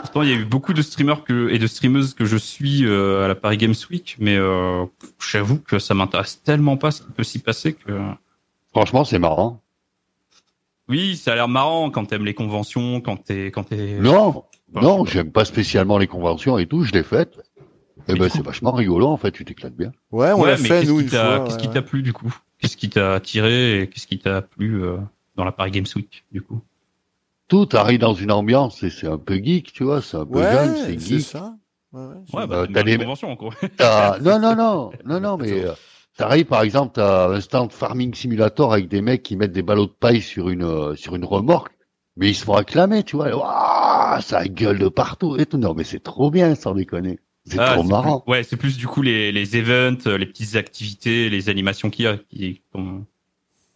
S6: Pourtant, il y a eu beaucoup de streamers que, et de streameuses que je suis euh, à la Paris Games Week, mais euh, j'avoue que ça m'intéresse tellement pas ce qui peut s'y passer que.
S8: Franchement, c'est marrant.
S6: Oui, ça a l'air marrant quand t'aimes les conventions, quand t'es quand t'es.
S8: Non,
S6: Bah,
S8: non, j'aime pas spécialement les conventions et tout. Je l'ai faite. Et ben,
S6: Mais du coup-
S8: c'est vachement rigolo, en fait. Tu t'éclates bien.
S5: Ouais, on
S6: Ouais,
S5: l'a
S6: mais
S5: fait
S6: qu'est-ce
S5: nous
S6: qui
S5: une
S6: t'a-
S5: fois.
S6: Qu'est-ce qui
S5: ouais.
S6: t'a plu du coup Qu'est-ce qui t'a attiré et qu'est-ce qui t'a plu euh, dans la Paris Games Week du coup
S8: Tout arrive dans une ambiance et c'est un peu geek, tu vois. C'est un peu jeune, c'est
S5: Ouais, c'est
S8: geek.
S5: ça. Ouais, ouais.
S6: Ouais,
S8: Euh,
S6: bah, t'aimes
S8: t'as
S6: bien les
S8: des-
S6: conventions en gros. Ah,
S8: T'as- Euh, Non, non, non, non, non, mais euh, t'arrives par exemple, t'as un stand farming simulator avec des mecs qui mettent des ballots de paille sur une euh, sur une remorque, mais ils se font acclamer, tu vois. Et, Ouah, ça gueule de partout et tout. Non, mais c'est trop bien, sans déconner. C'est
S6: Ah,
S8: trop
S6: c'est
S8: marrant.
S6: plus- ouais, c'est plus du coup les, les events, euh, les petites activités, les animations qu'il y a. Qui, qu'on-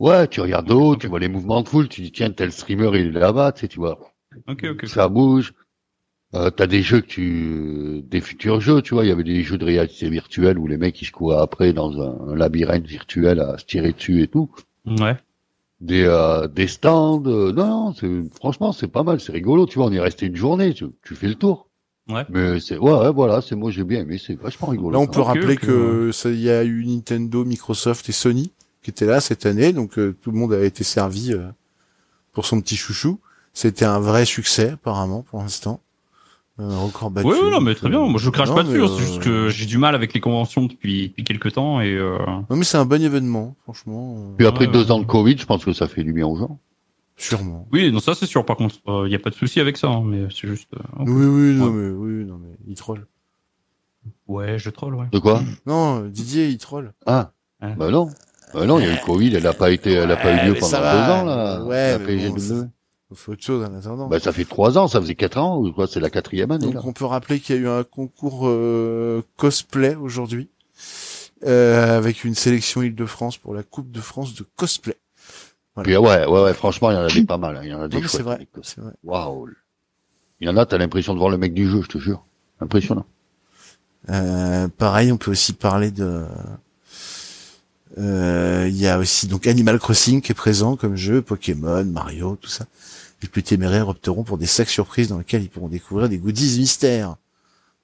S8: Ouais, tu regardes de haut, tu vois les mouvements de foule, tu dis tiens tel streamer il est là-bas, tu sais, tu vois.
S6: Ok, ok.
S8: ça bouge. Euh, t'as des jeux que tu, des futurs jeux, tu vois. Il y avait des jeux de réalité virtuelle où les mecs ils se couraient après dans un, un labyrinthe virtuel à se tirer dessus et tout.
S6: Ouais.
S8: Des, euh, des stands. euh, non, non, c'est, franchement c'est pas mal, c'est rigolo. Tu vois, on est resté une journée. Tu, tu fais le tour.
S6: Ouais.
S8: Mais c'est, ouais, ouais, voilà, c'est moi j'ai bien aimé, c'est vachement rigolo.
S5: Là, on
S8: ça.
S5: peut
S6: Ok,
S5: rappeler
S6: ok,
S5: que ça il y a eu Nintendo, Microsoft et Sony qui étaient là cette année, donc euh, tout le monde a été servi euh, pour son petit chouchou. C'était un vrai succès apparemment pour l'instant. Un record battu.
S6: Ouais, ouais, non, mais très bien. Moi, je crache
S5: Bah, Non,
S6: pas
S5: mais,
S6: dessus. hein,
S5: euh,
S6: C'est juste que j'ai du mal avec les conventions depuis, depuis quelques temps et euh,
S5: Non, mais c'est un bon événement, franchement. euh,
S8: Puis après
S6: Ouais,
S8: deux
S6: ouais.
S8: ans de Covid, je pense que ça fait du bien aux gens.
S5: Sûrement.
S6: oui, non, ça c'est sûr. Par contre, il y a pas de souci avec ça. hein, mais c'est juste. euh, ok.
S5: Oui, oui, non, mais oui, non, mais il troll.
S6: Ouais, je troll. Ouais.
S8: De quoi
S5: Non, euh, Didier, il troll.
S8: Ah,
S6: Hein.
S8: bah non. Bah non, il y a eu le Covid, elle a pas été, elle a pas
S5: Ouais,
S8: eu lieu
S5: mais
S8: pendant
S5: Eh, ça
S8: deux
S5: va.
S8: ans là.
S5: Ouais,
S8: la
S5: mais
S8: PGW.
S5: bon, c'est- Il faut autre chose en attendant.
S8: Bah, ça fait trois ans, ça faisait quatre ans, ou quoi, c'est la quatrième année,
S5: Donc
S8: là.
S5: on peut rappeler qu'il y a eu un concours euh, cosplay aujourd'hui, euh, avec une sélection Île-de-France pour la Coupe de France de cosplay.
S8: Puis, ouais, ouais, ouais, franchement, il y en a des pas mal, hein, il y en a
S5: Non,
S8: Ah, des
S5: mais c'est
S8: chouettes.
S5: vrai,
S8: des cos-
S5: c'est vrai.
S8: Waouh. Il y en a, t'as l'impression de voir le mec du jeu, je te jure. Impressionnant.
S5: Euh, pareil, on peut aussi parler de... Euh, Il y a aussi donc Animal Crossing qui est présent comme jeu, Pokémon, Mario, tout ça. Les plus téméraires opteront pour des sacs surprises dans lesquels ils pourront découvrir des goodies mystères.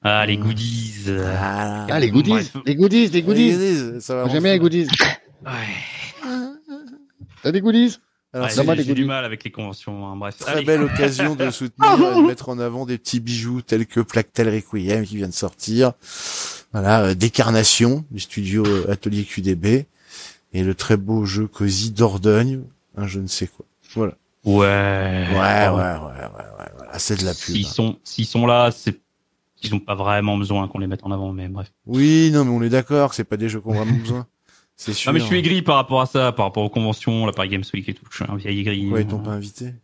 S6: Ah, les goodies.
S5: Voilà.
S8: Ah, les goodies,
S6: Bref.
S8: les goodies, les goodies.
S5: ça va
S8: Moi, J'aime bien les goodies.
S6: Ouais.
S8: T'as des goodies?
S5: Alors,
S6: Ouais,
S5: c'est-
S8: ça va,
S6: j'ai-
S8: les
S6: j'ai du
S8: goodies.
S6: mal avec les conventions. hein, Bref.
S5: Très
S6: Allez.
S5: belle occasion de soutenir et de mettre en avant des petits bijoux tels que Plactel Requiem qui vient de sortir. Voilà, euh, Décarnation du studio euh, Atelier QDB et le très beau jeu Cosy d'Ordogne, un je ne sais quoi. Voilà.
S6: Ouais.
S5: Ouais, ouais, ouais, ouais, ouais, ouais, voilà, c'est de la pub.
S6: S'ils
S5: hein.
S6: sont, s'ils sont là, c'est qu'ils ont pas vraiment besoin qu'on les mette en avant. Mais bref.
S5: Oui, non, mais on est d'accord, c'est pas des jeux qu'on a vraiment besoin. C'est sûr.
S6: Ah mais je suis aigri par rapport à ça, par rapport aux conventions, la Paris Games Week et tout. Je suis un vieil aigri. hein.
S5: Pourquoi ils t'ont pas invité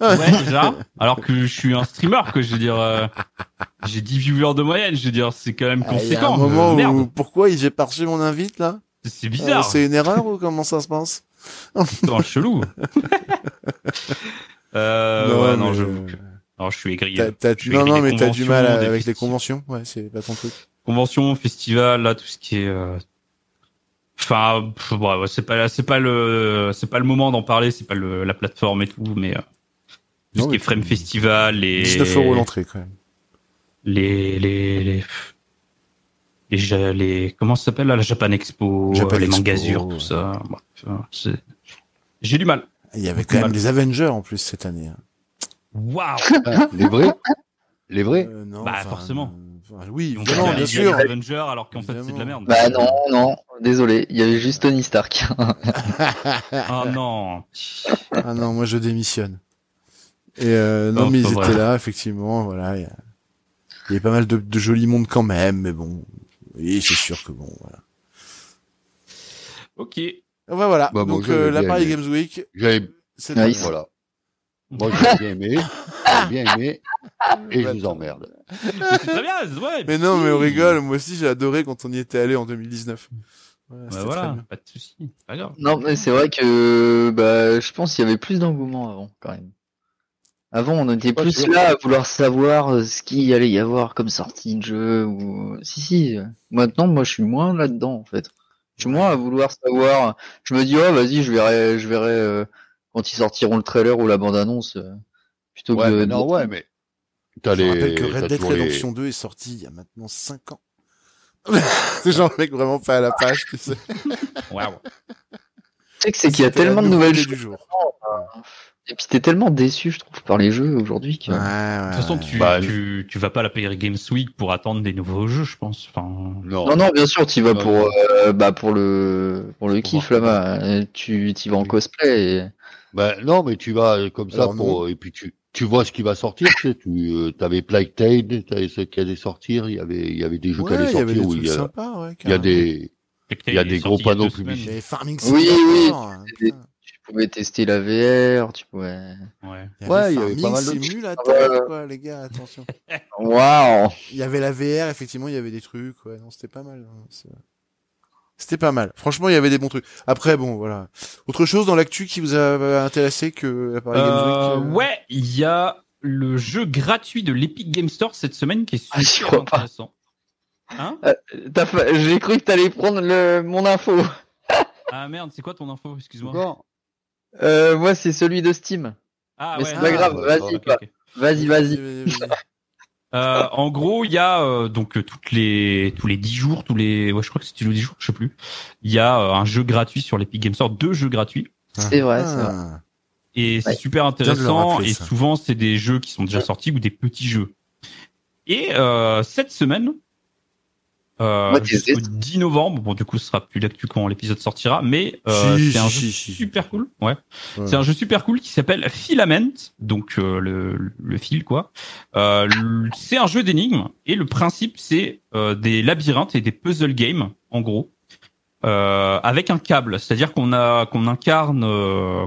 S6: Ouais, déjà. Alors que je suis un streamer, que je veux dire, euh, j'ai 10 viewers de moyenne, je veux dire, c'est quand même
S5: Ah, Il y a un
S6: conséquent.
S5: moment
S6: Euh, Merde,
S5: où pourquoi j'ai pas reçu mon invite là
S6: c'est
S5: Euh,
S6: bizarre,
S5: C'est une erreur ou comment ça se passe
S6: c'est un chelou. euh,
S5: Non,
S6: ouais, non,
S5: mais,
S6: je,
S5: euh,
S6: non, je suis aigri.
S5: T'as- t'as-
S6: Je suis
S5: non,
S6: aigri
S5: non,
S6: des
S5: mais t'as du
S6: conventions,
S5: mal à-
S6: des
S5: avec les
S6: festivals.
S5: conventions. Ouais, c'est pas ton truc.
S6: convention, festival, là, tout ce qui est. euh, Enfin, pff, ouais, ouais, c'est pas, c'est pas le, c'est pas le moment d'en parler, c'est pas le, la plateforme et tout, mais euh, tout
S5: Non,
S6: ce
S5: mais
S6: qui est Frame Festival et
S5: 19 euros l'entrée quand même.
S6: les les les pff, les, ja- les- comment ça s'appelle là la Japan Expo, euh,
S5: Japan
S6: les
S5: Expo,
S6: Mangasures,
S5: ouais.
S6: tout ça. Bref, euh, c'est- j'ai du mal.
S5: Il y avait quand même
S6: Mal.
S5: les Avengers en plus cette année. hein.
S6: Waouh.
S8: Ah, les vrais Les vrais
S5: Euh, non,
S6: Bah,
S5: enfin,
S6: forcément.
S5: euh, enfin, oui,
S6: Donc,
S5: non,
S6: il y a-
S5: bien
S6: il y a
S5: sûr.
S6: les Avengers alors qu'en fait c'est de la
S5: Évidemment.
S6: merde.
S7: Bah non, non, désolé, il y avait juste Tony Stark.
S5: Bah,
S6: Ah non.
S5: Ah non, moi je démissionne. Et euh, non,
S6: Non,
S5: mais ils
S6: pas
S5: étaient
S6: vrai.
S5: là, effectivement, voilà. Il y, a... il y avait pas mal de, de jolis mondes quand même, mais bon. Oui, c'est sûr que bon, voilà.
S6: Ok.
S5: Enfin, voilà.
S8: Bah, moi,
S5: Donc,
S8: j'avais
S5: euh, la
S8: bien
S5: Paris
S8: aimé.
S5: Games Week,
S8: J'avais-
S5: c'est
S7: Nice.
S8: Voilà. Moi, j'ai bien aimé. J'ai bien aimé. Et je vous emmerde.
S6: C'est très bien. Ouais.
S5: Mais non, mais on rigole. Moi aussi, j'ai adoré quand on y était allé en 2019.
S8: Mmh.
S5: Voilà,
S6: Bah
S5: c'était très
S6: voilà,
S5: bien.
S6: pas de souci. Pas grave.
S7: Non, mais c'est vrai que bah, je pense qu'il y avait plus d'engouement avant, quand même. Avant, on était
S8: pas
S7: plus
S8: sûr.
S7: là à vouloir savoir euh, ce qu'il allait y avoir comme sortie de jeu. Ou... Si, si. euh, Maintenant, moi, je suis moins là-dedans, en fait. Je suis moins à vouloir savoir. Je me dis, oh, vas-y, je verrai, je verrai euh, quand ils sortiront le trailer ou la bande-annonce. euh, plutôt
S8: Ouais,
S7: que
S8: mais
S7: de-
S8: non, ouais, mais. T'as
S5: Je
S8: les.
S5: rappelle que
S8: t'as
S5: Red Dead
S8: toujours les-
S5: Redemption 2 est sorti il y a maintenant 5 ans. c'est genre le mec vraiment pas à la page, tu sais.
S6: Waouh.
S7: Tu sais que c'est qu'il
S5: C'était
S7: y a
S5: la
S7: tellement de nouvelles
S5: nouveauté du
S7: choses.
S5: jour.
S7: Et puis, t'es tellement déçu, je trouve, par les jeux aujourd'hui. Que...
S5: Ouais, ouais, Ah.
S6: De toute façon, tu,
S8: Bah,
S6: tu, tu vas pas à la Paris Games Week pour attendre des nouveaux jeux, je pense. Enfin,
S8: Non.
S7: Non, non, bien sûr, tu vas
S8: Non,
S7: pour,
S8: non.
S7: euh, bah, pour le, pour le kiff
S8: voir.
S7: là-bas. Euh, Tu y vas en
S8: Oui.
S7: cosplay. Et...
S8: Bah, non, mais tu vas euh, comme ça
S5: Alors,
S8: pour. Et puis tu, tu vois ce qui va sortir. Tu sais, tu euh, avais Plague Tale, t'avais ce qui allait sortir. Il y avait, il y avait des jeux qui
S5: Ouais,
S8: allaient
S5: il y
S8: sortir.
S5: avait des
S8: où
S5: trucs
S8: il y a-
S5: sympas, ouais.
S8: il y a
S5: carrément.
S8: des. Il y a
S6: Spectate
S8: des
S6: est
S8: gros
S6: sorti il y a
S8: panneaux
S6: deux semaines.
S5: Il y avait Farming
S7: Oui, oui.
S5: Simulator. hein,
S7: Et
S5: putain.
S7: Tu pouvais tester la VR, tu pouvais.
S6: Ouais.
S5: hein. Il y
S8: Ouais, il
S5: avait
S8: y avait
S5: Farming
S8: pas mal d'autres-
S5: Simulator,
S7: Ah ouais.
S5: quoi, les gars, attention.
S7: Waouh!
S5: Il y avait la VR, effectivement, il y avait des trucs, ouais, non, c'était pas mal. hein, c'est- C'était pas mal. Franchement, il y avait des bons trucs. Après, bon, voilà. Autre chose dans l'actu qui vous a euh, intéressé que la Paris
S6: Euh,
S5: Games Week euh,
S6: ouais, il y a le jeu gratuit de l'Epic Game Store cette semaine qui est
S7: Ah, j'y
S6: super
S7: crois pas.
S6: intéressant. Hein
S7: T'as fa- J'ai cru que t'allais prendre le... mon info.
S6: ah merde, c'est quoi ton info Excuse-moi.
S8: Encore
S7: Euh, moi, c'est celui de Steam.
S6: Ah
S7: Mais
S6: ouais.
S7: c'est pas
S6: ah,
S7: grave,
S6: ok,
S7: vas-y,
S6: ok,
S7: pas.
S6: ok.
S7: Vas-y, vas-y.
S6: Euh, en gros, il y a euh, donc euh, toutes les tous les 10 jours, tous les ouais, je crois que c'est tous les 10 jours, je sais plus. Il y a euh, un jeu gratuit sur l'Epic Game Store, deux jeux gratuits
S7: C'est vrai, c'est vrai.
S5: Ah.
S6: et c'est
S7: Ouais.
S6: super
S5: de le
S6: intéressant
S5: rappeler,
S6: et
S5: ça.
S6: souvent c'est des jeux qui sont déjà sortis ou des petits jeux. Et euh, cette semaine euh,
S7: What is
S6: jusqu'au
S7: it
S6: 10 novembre, bon du coup ce sera plus l'actu quand l'épisode sortira, mais euh,
S5: Si,
S6: c'est un
S5: si,
S6: jeu
S5: si, si.
S6: super cool. Ouais.
S5: Ouais.
S6: C'est un jeu super cool qui s'appelle Filament, donc euh, le, le fil quoi. Euh, le- c'est un jeu d'énigmes et le principe c'est euh, des labyrinthes et des puzzle games en gros euh, avec un câble, c'est-à-dire qu'on a qu'on incarne euh,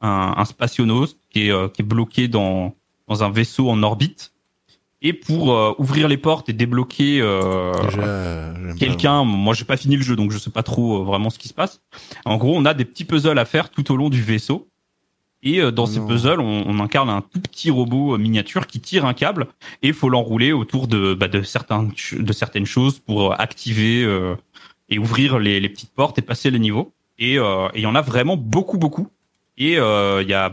S6: un, un spationaute qui est euh, qui est bloqué dans dans un vaisseau en orbite et pour euh, ouvrir les portes et débloquer euh,
S5: Déjà, euh, j'aime pas.
S6: quelqu'un. Moi, j'ai pas fini le jeu, donc je sais pas trop euh, vraiment ce qui se passe. En gros, on a des petits puzzles à faire tout au long du vaisseau. Et euh, dans
S5: Oh
S6: ces
S5: non.
S6: puzzles, on, on incarne un tout petit robot euh, miniature qui tire un câble et il faut l'enrouler autour de, bah, de, certains, ch- de certaines choses pour euh, activer euh, et ouvrir les, les petites portes et passer les niveaux. Et euh, et il y en a vraiment beaucoup, beaucoup. Et euh, il y a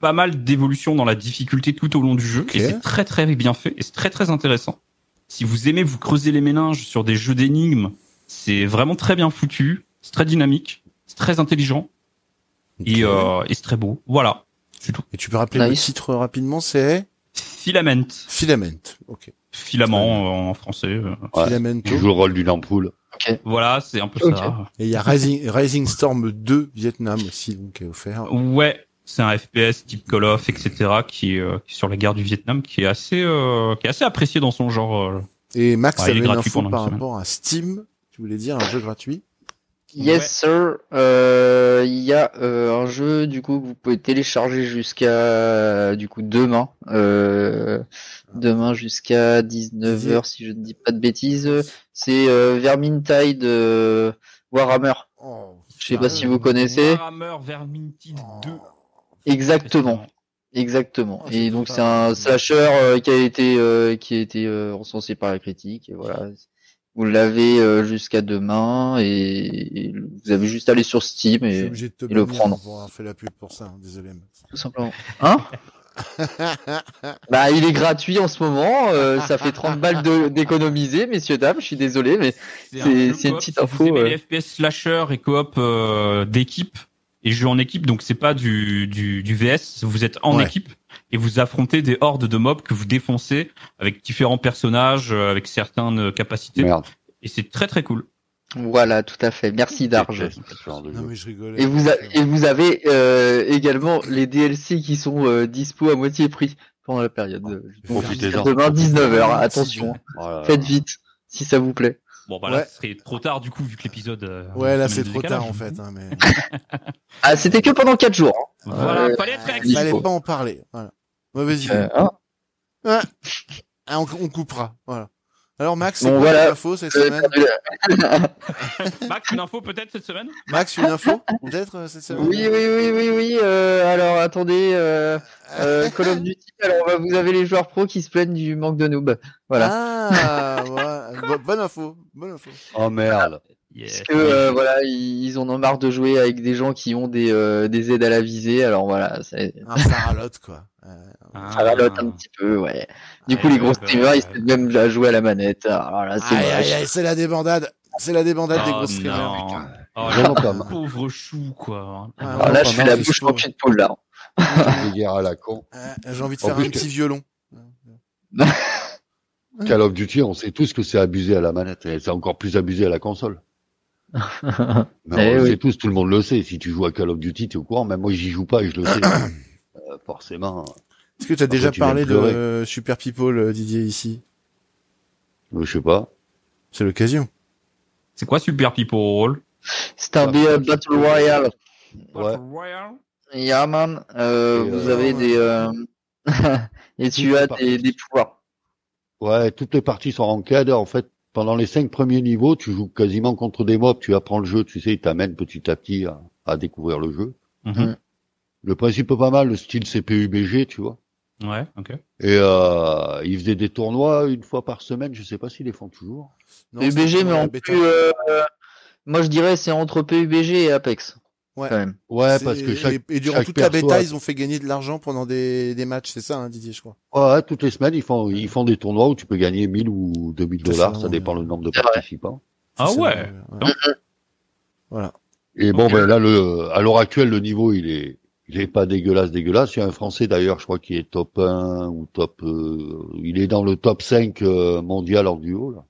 S6: pas mal d'évolutions dans la difficulté tout au long du jeu.
S5: Ok.
S6: Et c'est très, très bien fait et c'est très, très intéressant. Si vous aimez vous creuser les méninges sur des jeux d'énigmes, c'est vraiment très bien foutu, c'est très dynamique, c'est très intelligent et, euh, et c'est très beau. Voilà. C'est tout.
S5: Et tu peux rappeler le
S7: Nice.
S5: titre rapidement, c'est
S6: Filament.
S5: Filament. Ok.
S6: Filament euh, en français. euh.
S8: Ouais.
S5: Filamento.
S8: Tu joues le rôle d'une ampoule.
S6: Voilà, c'est un peu
S7: Ok.
S6: ça.
S5: Et il y a Rising, Rising Storm 2 Vietnam aussi, donc qui est offert.
S6: Ouais, c'est un FPS type Call of, etc. qui est, euh, qui est sur la guerre du Vietnam, qui est assez, euh, qui est assez apprécié dans son genre. euh.
S5: Et Max
S6: Ouais, il est
S5: avait une
S6: gratuit
S5: info
S6: pendant une
S5: par
S6: semaine.
S5: rapport à Steam. Tu voulais dire un jeu gratuit
S7: Yes, sir. Euh, Il y a euh, un jeu du coup que vous pouvez télécharger jusqu'à du coup demain, euh,
S5: Ah.
S7: demain jusqu'à 19h si je ne dis pas de bêtises. C'est euh, Vermintide euh, Warhammer.
S5: oh,
S7: Je sais pas si vous connaissez.
S6: Warhammer Vermintide 2.
S7: Exactement, exactement.
S5: Ah, c'est
S7: Et donc
S5: pas-
S7: c'est un slasher euh, qui a été euh, qui a été euh, recensé par la critique. Et voilà. Vous l'avez euh, jusqu'à demain et, et vous avez juste à aller sur Steam
S5: Je suis
S7: et
S5: obligé de te
S7: le
S5: bénir
S7: prendre.
S5: pour avoir fait la pub pour ça, hein, désolé. Max.
S7: tout simplement. Hein Bah, il est gratuit en ce moment. euh, ça fait 30 balles de- d'économiser, messieurs dames. Je suis désolé, mais
S6: un
S7: C'est-
S6: jeu
S7: c'est une
S6: coop.
S7: petite
S6: Si
S7: info,
S6: Vous aimez
S7: euh.
S6: les FPS slasher et coop euh, d'équipe et jeux en équipe, donc c'est pas du, du, du VS. Vous êtes en
S5: Ouais.
S6: équipe et vous affrontez des hordes de mobs que vous défoncez avec différents personnages, euh, avec certaines euh, capacités.
S8: Merde.
S6: Et c'est très très cool.
S7: voilà, tout à fait. Merci d'argent.
S8: déteste ce genre de
S5: Non
S8: jeu.
S5: mais je rigolais.
S7: Et vous, a- et vous avez euh, également les DLC qui sont euh, dispo à moitié prix pendant la période. euh, de- Donc,
S8: Profitez-en.
S7: jusqu'à demain 19h, attention,
S8: Oh là là.
S7: faites vite si ça vous plaît.
S6: Bon, bah là,
S5: Ouais.
S6: ce serait trop tard du coup, vu que l'épisode. euh, a
S5: Ouais,
S6: une
S5: là
S6: semaine
S5: c'est
S6: de
S5: trop
S6: décalage.
S5: tard en fait. Hein, mais...
S7: Ah, c'était que pendant 4 jours. hein.
S6: Voilà,
S7: Euh,
S6: fallait être réactif.
S5: Il fallait
S7: Dispo.
S5: pas en parler. Voilà. Mauvaise idée.
S7: Euh, hein.
S5: Ah, on, on coupera. Voilà. Alors Max, c'est
S7: Bon,
S5: quoi
S7: voilà. Euh,
S5: une info cette
S7: Vous avez
S5: semaine
S7: perdu la-
S6: Max, une info peut-être cette semaine
S5: Max, une info peut-être euh, cette semaine
S7: Oui, oui, oui, oui, oui. euh, alors, attendez. euh, euh, Call of Duty, alors on va- vous avez les joueurs pros qui se plaignent du manque de noobs. Voilà.
S5: Ah, voilà. Bo- bonne info, bonne info.
S8: Oh merde.
S6: Yes.
S7: Parce que euh, voilà, ils ils en ont marre de jouer avec des gens qui ont des, euh, des aides à la visée. Alors voilà, c'est
S5: Un paralote quoi. Euh,
S6: Ah.
S7: ça ralote un petit peu, ouais. Du
S6: Ah,
S7: coup,
S6: ouais,
S7: les gros
S6: ouais,
S7: streamers,
S6: ouais,
S7: ils se mettent même à jouer à la manette. Alors là, Ah, c'est
S5: Aïe, aïe,
S7: moche.
S5: aïe, c'est la débandade. C'est la débandade des
S7: Ah,
S6: Oh,
S5: gros streamers.
S6: non.
S5: putain.
S6: Oh,
S8: Vraiment pas
S6: le
S8: mal.
S6: pauvre chou, quoi.
S5: Ouais,
S8: Ah,
S5: ouais,
S7: Alors là,
S8: pas
S7: je suis
S8: mal,
S7: la
S5: c'est
S7: bouche
S5: chaud.
S7: remplie de poules, là.
S8: Des guerres à la con.
S5: Euh, J'ai envie de
S8: En
S5: faire
S8: plus
S5: un
S8: que-
S5: petit violon.
S8: Call of Duty, on sait tous que c'est abusé à la manette. Et c'est encore plus abusé à la console. Mais
S7: Eh
S8: on le
S7: oui.
S8: sait tous, tout le monde le sait. Si tu joues à Call of Duty, t'es au courant. Même moi, j'y joue pas et je le sais. Euh, forcément.
S5: Est-ce que Ah, bah, tu as déjà
S8: tu viens
S5: parlé
S8: de
S5: de
S8: pleurer.
S5: euh, Super People, euh, Didier, ici
S8: Je sais pas.
S5: C'est l'occasion.
S6: C'est quoi Super People Roll
S7: C'est un BA Battle Royale.
S8: Ouais.
S7: Yeah, man. Euh,
S8: Et,
S7: vous
S8: euh,
S7: avez des. euh, Et tu as des, des pouvoirs.
S8: Ouais, toutes les parties sont ranked. En fait, pendant les cinq premiers niveaux, tu joues quasiment contre des mobs. Tu apprends le jeu, tu sais, ils t'amènent petit à petit à, à découvrir le jeu.
S6: Mhm.
S8: Le principe est pas mal, le style CPUBG, tu vois.
S6: Ouais, ok.
S8: Et euh, ils faisaient des tournois une fois par semaine. Je sais pas s'ils les font toujours.
S5: Non, c'est
S7: PUBG,
S5: pour
S7: mais
S5: la
S7: en
S5: bêta.
S7: plus. euh, Moi, je dirais c'est entre PUBG et Apex.
S5: Ouais.
S7: Quand même.
S8: Ouais,
S5: C'est-
S8: parce que chaque
S5: et, et durant
S8: chaque
S5: toute la
S8: perso
S5: bêta,
S8: a-
S5: ils ont fait gagner de l'argent pendant des, des matchs, c'est ça, hein, Didier, je crois.
S8: Ouais, toutes les semaines, ils font, ils font des tournois où tu peux gagner 1000 ou 2000
S5: Ça, c'est
S8: dollars, ça
S5: vraiment
S8: dépend le nombre de
S7: C'est vrai.
S8: participants.
S6: Ah
S5: C'est ça,
S6: ouais.
S5: euh,
S6: Non.
S8: Et bon,
S6: Ok.
S8: ben là, le, à l'heure actuelle, le niveau, il est, il est pas dégueulasse, dégueulasse. Il y a un Français d'ailleurs, je crois, qui est top 1 ou top, euh, il est dans le top 5 euh, mondial en duo, là.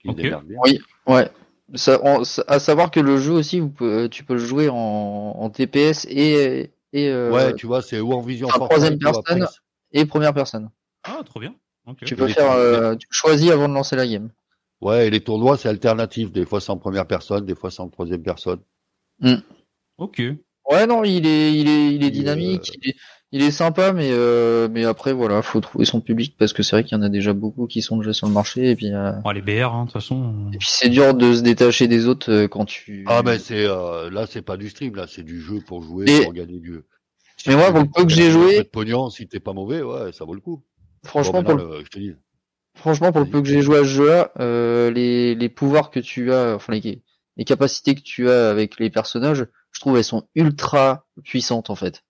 S8: qui se
S6: Ok.
S8: démerde bien.
S7: Ouais. Ça, on- ça- à savoir que le jeu aussi, vous pouvez- euh, tu peux le jouer en, en TPS et, et, euh,
S8: Ouais, tu vois, c'est ou en vision
S7: en troisième personne,
S8: Apex.
S7: et première personne.
S6: Ah, trop bien. Ok.
S7: Tu peux
S8: les
S7: faire,
S8: tournois.
S7: euh, tu choisis avant de lancer la game.
S8: Ouais, et les tournois, c'est alternatif. Des fois, c'est en première personne, des fois, c'est en troisième personne.
S6: Ok.
S7: Ouais, non, il est, il est, il est
S8: Et,
S7: dynamique, il est, il est sympa, mais, euh, mais après, voilà, faut trouver son public parce que c'est vrai qu'il y en a déjà beaucoup qui sont déjà sur le marché et puis, euh,
S6: Oh, les BR, hein, de toute façon.
S7: et puis c'est dur de se détacher des autres euh, quand tu.
S8: Ah, ben, c'est, euh, là, c'est pas du stream, là, c'est du jeu pour jouer,
S7: Et-
S8: pour gagner du jeu.
S7: Mais moi, pour le peu que j'ai
S8: Pas
S7: joué,
S8: de pognon, si t'es pas mauvais, ouais, ça vaut le coup.
S7: franchement,
S8: Bon,
S7: pour
S8: maintenant,
S7: le,
S8: le- je te dis.
S7: franchement, pour le peu que j'ai joué à ce jeu-là, euh, les, les pouvoirs que tu as, euh, enfin, les, les capacités que tu as avec les personnages, je trouve elles sont ultra puissantes en fait.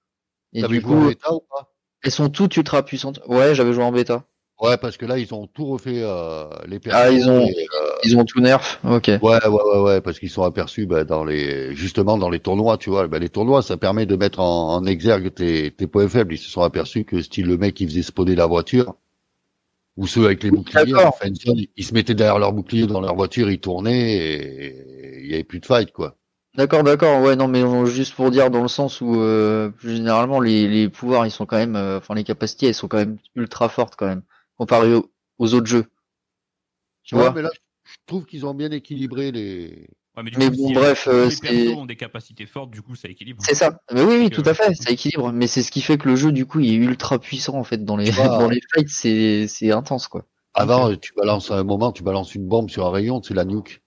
S7: Et
S8: T'avais
S7: du
S8: joué en
S7: coup,
S8: bêta ou pas
S7: elles sont toutes ultra puissantes. Ouais, j'avais joué en bêta.
S8: Ouais, parce que là, ils ont tout refait, euh, les
S7: Ah, ils ont-
S8: et, euh,
S7: Ils ont tout nerf. Ok.
S8: Ouais, ouais, ouais, ouais, parce qu'ils sont aperçus bah, dans les, justement dans les tournois, tu vois. Bah, les tournois, ça permet de mettre en, en exergue tes, tes points faibles. Ils se sont aperçus que style le mec qui faisait spawner la voiture, ou ceux avec les boucliers,
S7: D'accord.
S8: en fin de zone, ils- ils se mettaient derrière leur bouclier dans leur voiture, ils tournaient et il y avait plus de fight, quoi.
S7: D'accord, d'accord, ouais, non, mais on- juste pour dire dans le sens où euh, plus généralement les, les pouvoirs ils sont quand même, euh, enfin les capacités elles sont quand même ultra fortes quand même comparé au- aux autres jeux. Tu
S8: Ouais,
S7: vois?
S8: mais là, je trouve qu'ils ont bien équilibré les.
S6: Ouais, mais du
S7: Mais
S6: coup,
S7: bon,
S6: si
S7: bref,
S6: tous
S7: euh,
S6: les
S7: c'est-
S6: persos ont des capacités fortes, du coup, ça équilibre.
S7: C'est ça. Mais oui, oui,
S6: Donc,
S7: tout
S6: euh,
S7: à fait, ça équilibre. Mais c'est ce qui fait que le jeu du coup il est ultra puissant en fait dans les
S8: Wow.
S7: dans les fights, c'est c'est intense quoi.
S8: Avant, tu balances à un moment, tu balances une bombe sur un rayon, c'est la nuque.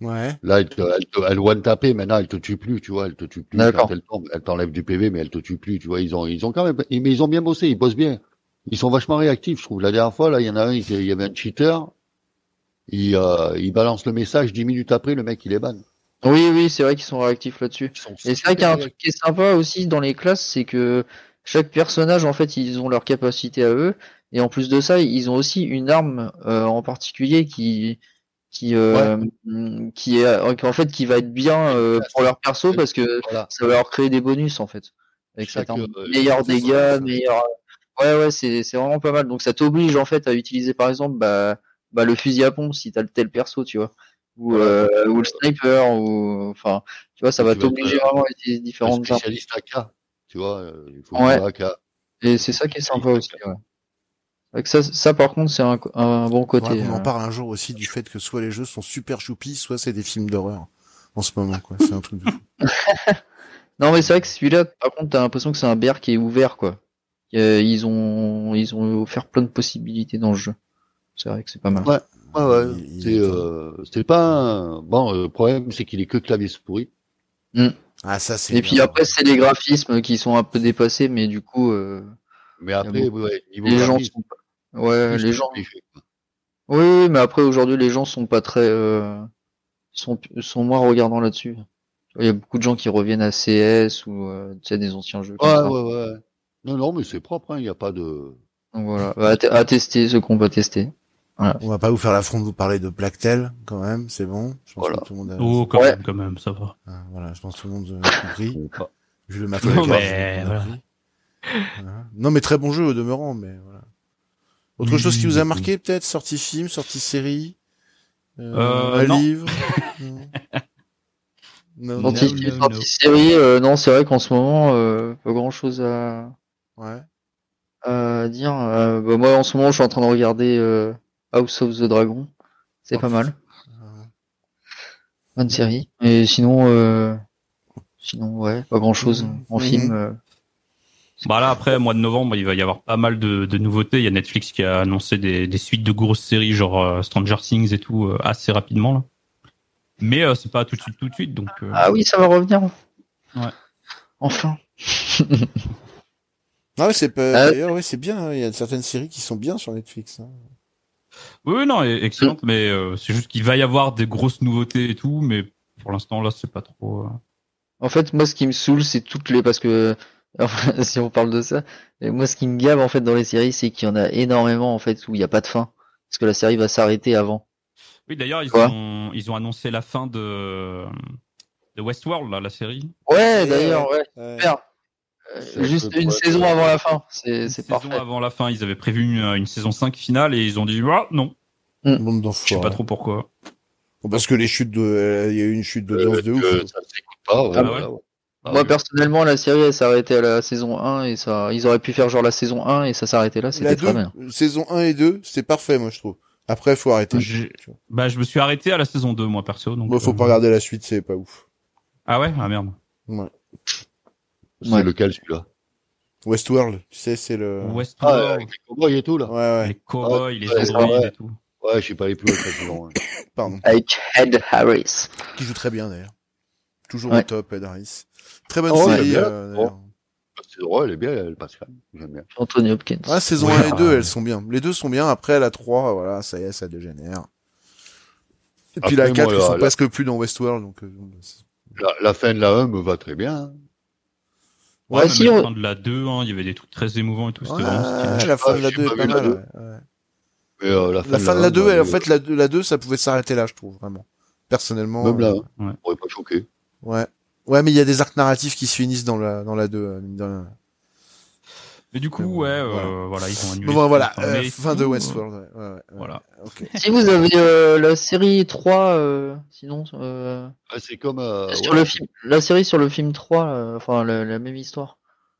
S5: Ouais.
S8: Là, elle, te, elle, te, elle one tapé, maintenant elle te tue plus, tu vois, elle te tue plus
S7: D'accord.
S8: quand elle tombe, elle t'enlève du PV, mais elle te tue plus, tu vois, ils ont, ils ont quand même, mais ils ont bien bossé, ils bossent bien. Ils sont vachement réactifs, je trouve. La dernière fois, là, il y en a un, il il y avait un cheater, il, euh, il balance le message 10 minutes après, le mec il est ban.
S7: Oui, oui, c'est vrai qu'ils sont réactifs là-dessus.
S8: Ils sont
S7: Et c'est vrai qu'il y a un
S8: super
S7: truc qui est sympa aussi dans les classes, c'est que chaque personnage, en fait, ils ont leur capacité à eux. Et en plus de ça, ils ont aussi une arme euh, en particulier qui qui euh, qui est en fait qui va être bien euh, pour leur perso parce que
S8: Voilà.
S7: ça va leur créer des bonus en fait. Avec
S8: Chaque,
S7: cette arme.
S8: euh,
S7: meilleur
S8: chaque
S7: dégâts,
S8: personnage.
S7: meilleur. Ouais, ouais, c'est c'est vraiment pas mal. Donc ça t'oblige en fait à utiliser par exemple bah, bah, le fusil à pompe si t'as le tel perso, tu vois, ou euh, ou le sniper, ou enfin, tu vois, ça
S8: Tu
S7: va
S8: vas
S7: t'obliger
S8: être, euh,
S7: vraiment à utiliser
S8: un
S7: différentes armes.
S8: spécialiste AK. Tu vois, euh, il faut
S7: Ouais.
S8: jouer AK.
S7: Et c'est ça qui est sympa aussi. Ouais. C'est vrai que Ça, ça par contre, c'est un, un bon côté.
S5: on en
S7: euh.
S5: parle un jour aussi du fait que soit les jeux sont super choupis, soit c'est des films d'horreur. En ce moment, quoi. C'est un truc de fou.
S7: Non, mais c'est vrai que celui-là, par contre, t'as l'impression que c'est un BR qui est ouvert, quoi. Euh, ils ont ils ont offert plein de possibilités dans le jeu. C'est vrai que c'est pas mal.
S8: Ouais, ouais.
S5: Il- il-
S8: C'est euh, c'est pas un... Bon, euh, le problème, c'est qu'il est que clavier pourri.
S5: Ah, ça, c'est.
S7: Et puis
S5: bien.
S7: après, c'est les graphismes qui sont un peu dépassés, mais du coup, euh,
S8: Mais après,
S7: Ah
S8: ouais, niveau
S7: les gens
S8: graphisme,
S7: sont pas... Ouais,
S8: plus
S7: les gens...
S8: compliqué, quoi.
S7: Oui, oui, mais après, aujourd'hui, les gens sont pas très... euh, sont, sont moins regardants là-dessus. Il y a beaucoup de gens qui reviennent à CS ou euh, tu sais, des anciens jeux. comme
S8: Ouais,
S7: ça.
S8: ouais, ouais. Non, non, mais c'est propre, hein, il n'y a pas de...
S7: Donc voilà, Bah, à, te- à tester ceux qu'on va tester.
S5: On va pas vous faire l'affront de vous parler de Blacktel, quand même, c'est bon. Je pense
S8: Voilà.
S5: que tout le monde a...
S6: Oh, quand
S7: Ouais.
S6: même, quand même, ça va.
S5: Ah, voilà, je pense que tout le monde a compris.
S8: Ou pas.
S5: Vu le matin.
S6: Non, mais voilà.
S5: Non, mais très bon jeu au demeurant, mais voilà. Autre
S6: Oui,
S5: chose qui vous a
S6: oui.
S5: marqué, peut-être Sortie film, sortie série
S6: Euh,
S5: Un
S6: non.
S5: livre Non. Euh, Non, non,
S7: Sortie
S6: no, no.
S7: sortie série, euh, non, c'est vrai qu'en ce moment, euh, pas grand-chose à,
S5: Ouais.
S7: à dire. Euh, bah, moi, en ce moment, je suis en train de regarder euh, House of the Dragon. C'est
S5: Oh,
S7: pas mal.
S5: Euh,
S7: Bonne série. Et sinon, euh... sinon ouais, pas grand chose en
S5: Mhm.
S7: film. euh.
S6: Bah là, après, mois de novembre, il va y avoir pas mal de, de nouveautés. Il y a Netflix qui a annoncé des, des suites de grosses séries, genre euh, Stranger Things et tout, euh, assez rapidement. Là. Mais euh, c'est pas tout de suite, tout de suite. Donc, euh,
S7: Ah oui, ça va revenir.
S6: Ouais.
S7: Enfin.
S5: Ah ouais, c'est pas...
S8: Euh.
S7: Ah.
S5: d'ailleurs, ouais, c'est bien. hein, Il y a certaines séries qui sont bien sur Netflix. hein.
S6: oui, oui, non, e- excellente.
S5: Mm.
S6: Mais euh, c'est juste qu'il va y avoir des grosses nouveautés et tout. Mais pour l'instant, là, c'est pas trop. euh,
S7: En fait, moi, ce qui me saoule, c'est toutes les parce que enfin, si on parle de ça, et moi, ce qui me gave en fait dans les séries, c'est qu'il y en a énormément en fait où il n'y a pas de fin parce que la série va s'arrêter avant.
S6: Oui, d'ailleurs, ils
S7: Quoi
S6: ont, ils ont annoncé la fin de, de Westworld, là, la série.
S7: Ouais,
S5: Et,
S7: d'ailleurs, euh, ouais.
S5: Ouais.
S7: super. Euh,
S8: Ça
S7: juste
S8: peut
S7: une
S8: pas
S7: saison
S8: être-
S7: avant la fin, c'est
S6: Une
S7: c'est
S6: saison
S7: parfait.
S6: avant la fin, ils avaient prévu une, une saison 5 finale et ils ont dit Ah, non,
S5: Bande
S6: je sais
S5: d'enfoirés.
S6: pas trop pourquoi.
S5: Bon, Parce que les chutes de, euh, il y a eu une chute d'audience de
S8: Euh,
S5: ouf.
S8: que Ça ne s'écoute pas, ouais,
S6: Ah ouais.
S8: voilà, ouais. Ah
S7: Moi
S8: ouais.
S7: personnellement, la série elle s'arrêtait à la saison 1 et ça, ils auraient pu faire genre la saison 1 et ça s'arrêtait là,
S5: La
S7: c'était
S5: deux,
S7: très bien.
S5: saison 1 et 2, c'est parfait, moi, je trouve. Après, faut arrêter.
S6: J'ai-
S5: tu vois.
S6: Bah, je me suis arrêté à la saison 2, moi, perso. Donc,
S5: Moi, faut
S6: euh,
S5: pas regarder la suite, c'est pas ouf.
S6: Ah ouais Ah merde.
S8: C'est
S7: Ouais.
S8: lequel, celui-là
S5: Westworld, tu sais, c'est le...
S8: Ah, euh,
S6: Westworld,
S8: avec les cowboys et tout, là
S5: Ouais, ouais,
S6: les cowboys, les
S8: ouais,
S6: androïdes
S8: ouais.
S6: et tout.
S8: Ouais, je suis pas allé plus loin que la saison un.
S5: pardon.
S7: Avec Ed Harris.
S5: Qui joue très bien, d'ailleurs. Toujours au
S7: Ouais.
S5: top, Ed Harris. Très bonne
S8: Oh,
S5: série,
S8: j'aime bien.
S5: euh, d'ailleurs.
S8: Bah, C'est drôle, elle est bien, elle passe quand même. J'aime bien.
S7: Anthony Hopkins.
S5: Ah, saison
S6: Ouais,
S5: 1 et 2,
S6: ouais.
S5: elles sont bien. Les deux sont bien, après, la 3, voilà, ça y est, ça dégénère. Et puis
S8: Après,
S5: la
S8: moi,
S5: 4, ils
S8: la-
S5: sont
S8: la-
S5: presque plus dans Westworld, donc... euh, c'est-
S8: La, la fin de la 1 me va très bien. hein.
S6: Ouais,
S7: Ouais,
S6: même
S7: si,
S6: la
S7: on-
S6: fin de la 2, hein, il y avait des trucs très émouvants et tout. C'était
S5: Ouais,
S6: vraiment stylé.
S5: la fin de la
S8: J'ai
S5: 2
S8: pas
S5: est pas
S8: vu la
S5: mal,
S8: deux.
S5: ouais, ouais.
S8: Mais, euh, la fin
S5: La fin de la
S8: un,
S5: 2,
S8: moi,
S5: elle, en
S8: je-
S5: fait, la 2, la 2, ça pouvait s'arrêter là, je trouve, vraiment. Personnellement.
S8: Même là,
S5: euh,
S8: hein.
S6: Ouais.
S8: on n'est pas choqué.
S5: Ouais. Ouais, mais il y a des arcs narratifs qui se finissent dans la, dans la 2. euh, mine de rien.
S6: Mais du coup,
S5: Mais bon,
S6: ouais, euh,
S5: voilà.
S6: voilà. ils ont annulé.
S5: Bon, bon, voilà,
S6: tout.
S5: euh,
S6: Mais
S5: fin de
S6: sinon,
S5: Westworld. Ouais, ouais, ouais.
S6: euh, Voilà.
S5: Ok.
S7: Si vous avez euh, la série 3, euh, sinon euh,
S8: Ah, c'est comme.
S5: Bah
S8: euh,
S7: sur
S8: ouais.
S7: le film, la série sur le film 3, euh, enfin la, la même histoire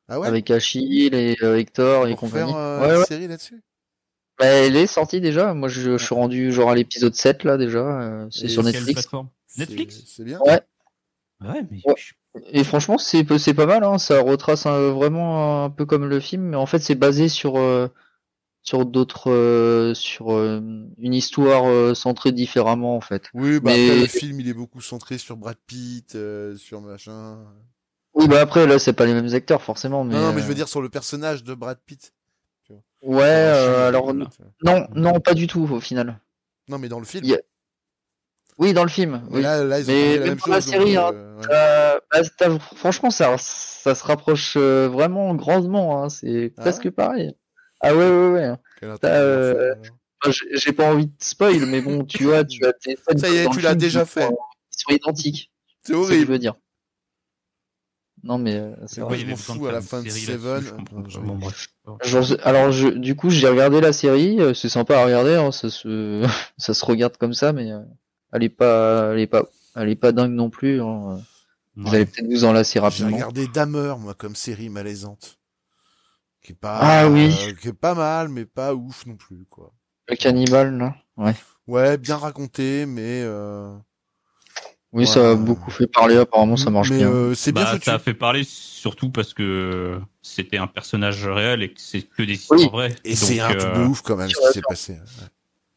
S5: Ah ouais
S7: avec Achille et euh, Hector et
S5: Pour
S7: compagnie.
S5: faire euh,
S7: Ouais,
S5: une
S7: ouais.
S5: série là-dessus
S7: Bah, elle est sortie déjà. Moi, je, je suis rendu genre à l'épisode 7 là déjà. euh, c'est
S5: Et
S7: sur
S6: Quelle
S7: Netflix.
S6: plateforme Netflix
S5: C'est- C'est bien.
S7: Ouais.
S6: Ouais, mais
S7: Ouais. Et franchement, c'est peu- c'est pas mal. Hein. Ça retrace un- vraiment un peu comme le film, mais en fait, c'est basé sur euh, sur d'autres euh, sur euh, une histoire euh, centrée différemment en fait.
S5: Oui, bah après,
S7: Mais- euh,
S5: le film, il est beaucoup centré sur Brad Pitt, euh, sur machin.
S7: Oui, bah après là, c'est pas les mêmes acteurs forcément, mais
S5: non, non, mais je
S7: euh,
S5: veux dire sur le personnage de Brad Pitt.
S7: ouais. euh, alors
S5: Voilà.
S7: non, non, pas du tout au final.
S5: Non, mais dans le film.
S7: Il y a- Oui, dans le film.
S5: Mais
S7: Oui.
S5: là, là, ils ont
S7: Mais
S5: fait la
S7: même
S5: même
S7: dans la
S5: chose. donc,
S7: série, hein,
S5: euh, ouais.
S7: Euh, bah, t'as- franchement, ça, ça se rapproche euh, vraiment grandement. hein, C'est
S5: Ah
S7: presque pareil. Ah ouais, ouais, ouais.
S5: Quel intérêt
S7: euh,
S5: d'en faire, hein. alors
S7: Enfin, j'ai- J'ai pas envie de spoil, mais bon, tu vois, tu as tes fans
S5: Ça y est,
S7: dans
S5: tu
S7: le
S5: l'as
S7: film
S5: déjà
S7: qui sont-
S5: fait.
S7: Ils sont identiques.
S5: C'est
S7: C'est ce que je
S5: horrible.
S7: veux dire. Non, mais euh, c'est
S5: Ouais,
S7: vrai.
S5: je m'en fous, à la fin de Seven, euh, je-
S7: Genre, c'est- alors, je, du coup, j'ai regardé la série. euh, C'est sympa à regarder. hein, ça se, ça se regarde comme ça, mais euh, elle est pas, elle est pas, elle est pas dingue non plus. hein. Vous allez peut-être vous enlacer
S5: J'ai
S7: rapidement.
S5: regardé Damer, moi, comme série malaisante. Qui est pas,
S7: Ah oui.
S5: euh, qui est pas mal, mais pas ouf non plus, quoi.
S7: Le cannibale, là. Ouais.
S5: Ouais, bien raconté, mais, euh,
S7: Oui,
S5: Ouais.
S7: ça a beaucoup fait parler. Apparemment, ça marche
S5: mais,
S7: bien.
S5: euh, c'est bien
S6: Bah,
S5: foutu.
S6: ça a fait parler surtout parce que c'était un personnage réel et que c'est que des histoires
S7: Oui.
S6: vraies.
S5: Et c'est
S6: Donc,
S5: un truc de
S6: euh,
S5: ouf, quand même, ce qui s'est passé.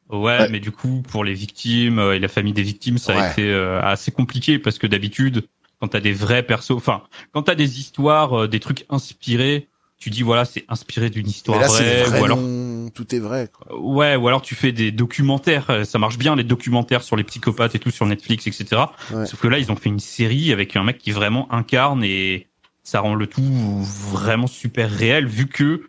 S6: Ouais,
S7: Ouais.
S6: mais du coup, pour les victimes euh, et la famille des victimes, ça
S5: Ouais.
S6: a été euh, assez compliqué parce que d'habitude, quand t'as des vrais persos, enfin, quand t'as des histoires, euh, des trucs inspirés, tu dis voilà, c'est inspiré d'une histoire
S5: Mais là, c'est
S6: vraie,
S5: des vrais
S6: ou alors,
S5: noms, tout est vrai, quoi.
S6: ouais, ou alors tu fais des documentaires. euh, Ça marche bien les documentaires sur les psychopathes et tout sur Netflix, etc.
S5: Ouais.
S6: Sauf que là, ils ont fait une série avec un mec qui vraiment incarne et ça rend le tout vraiment super réel vu que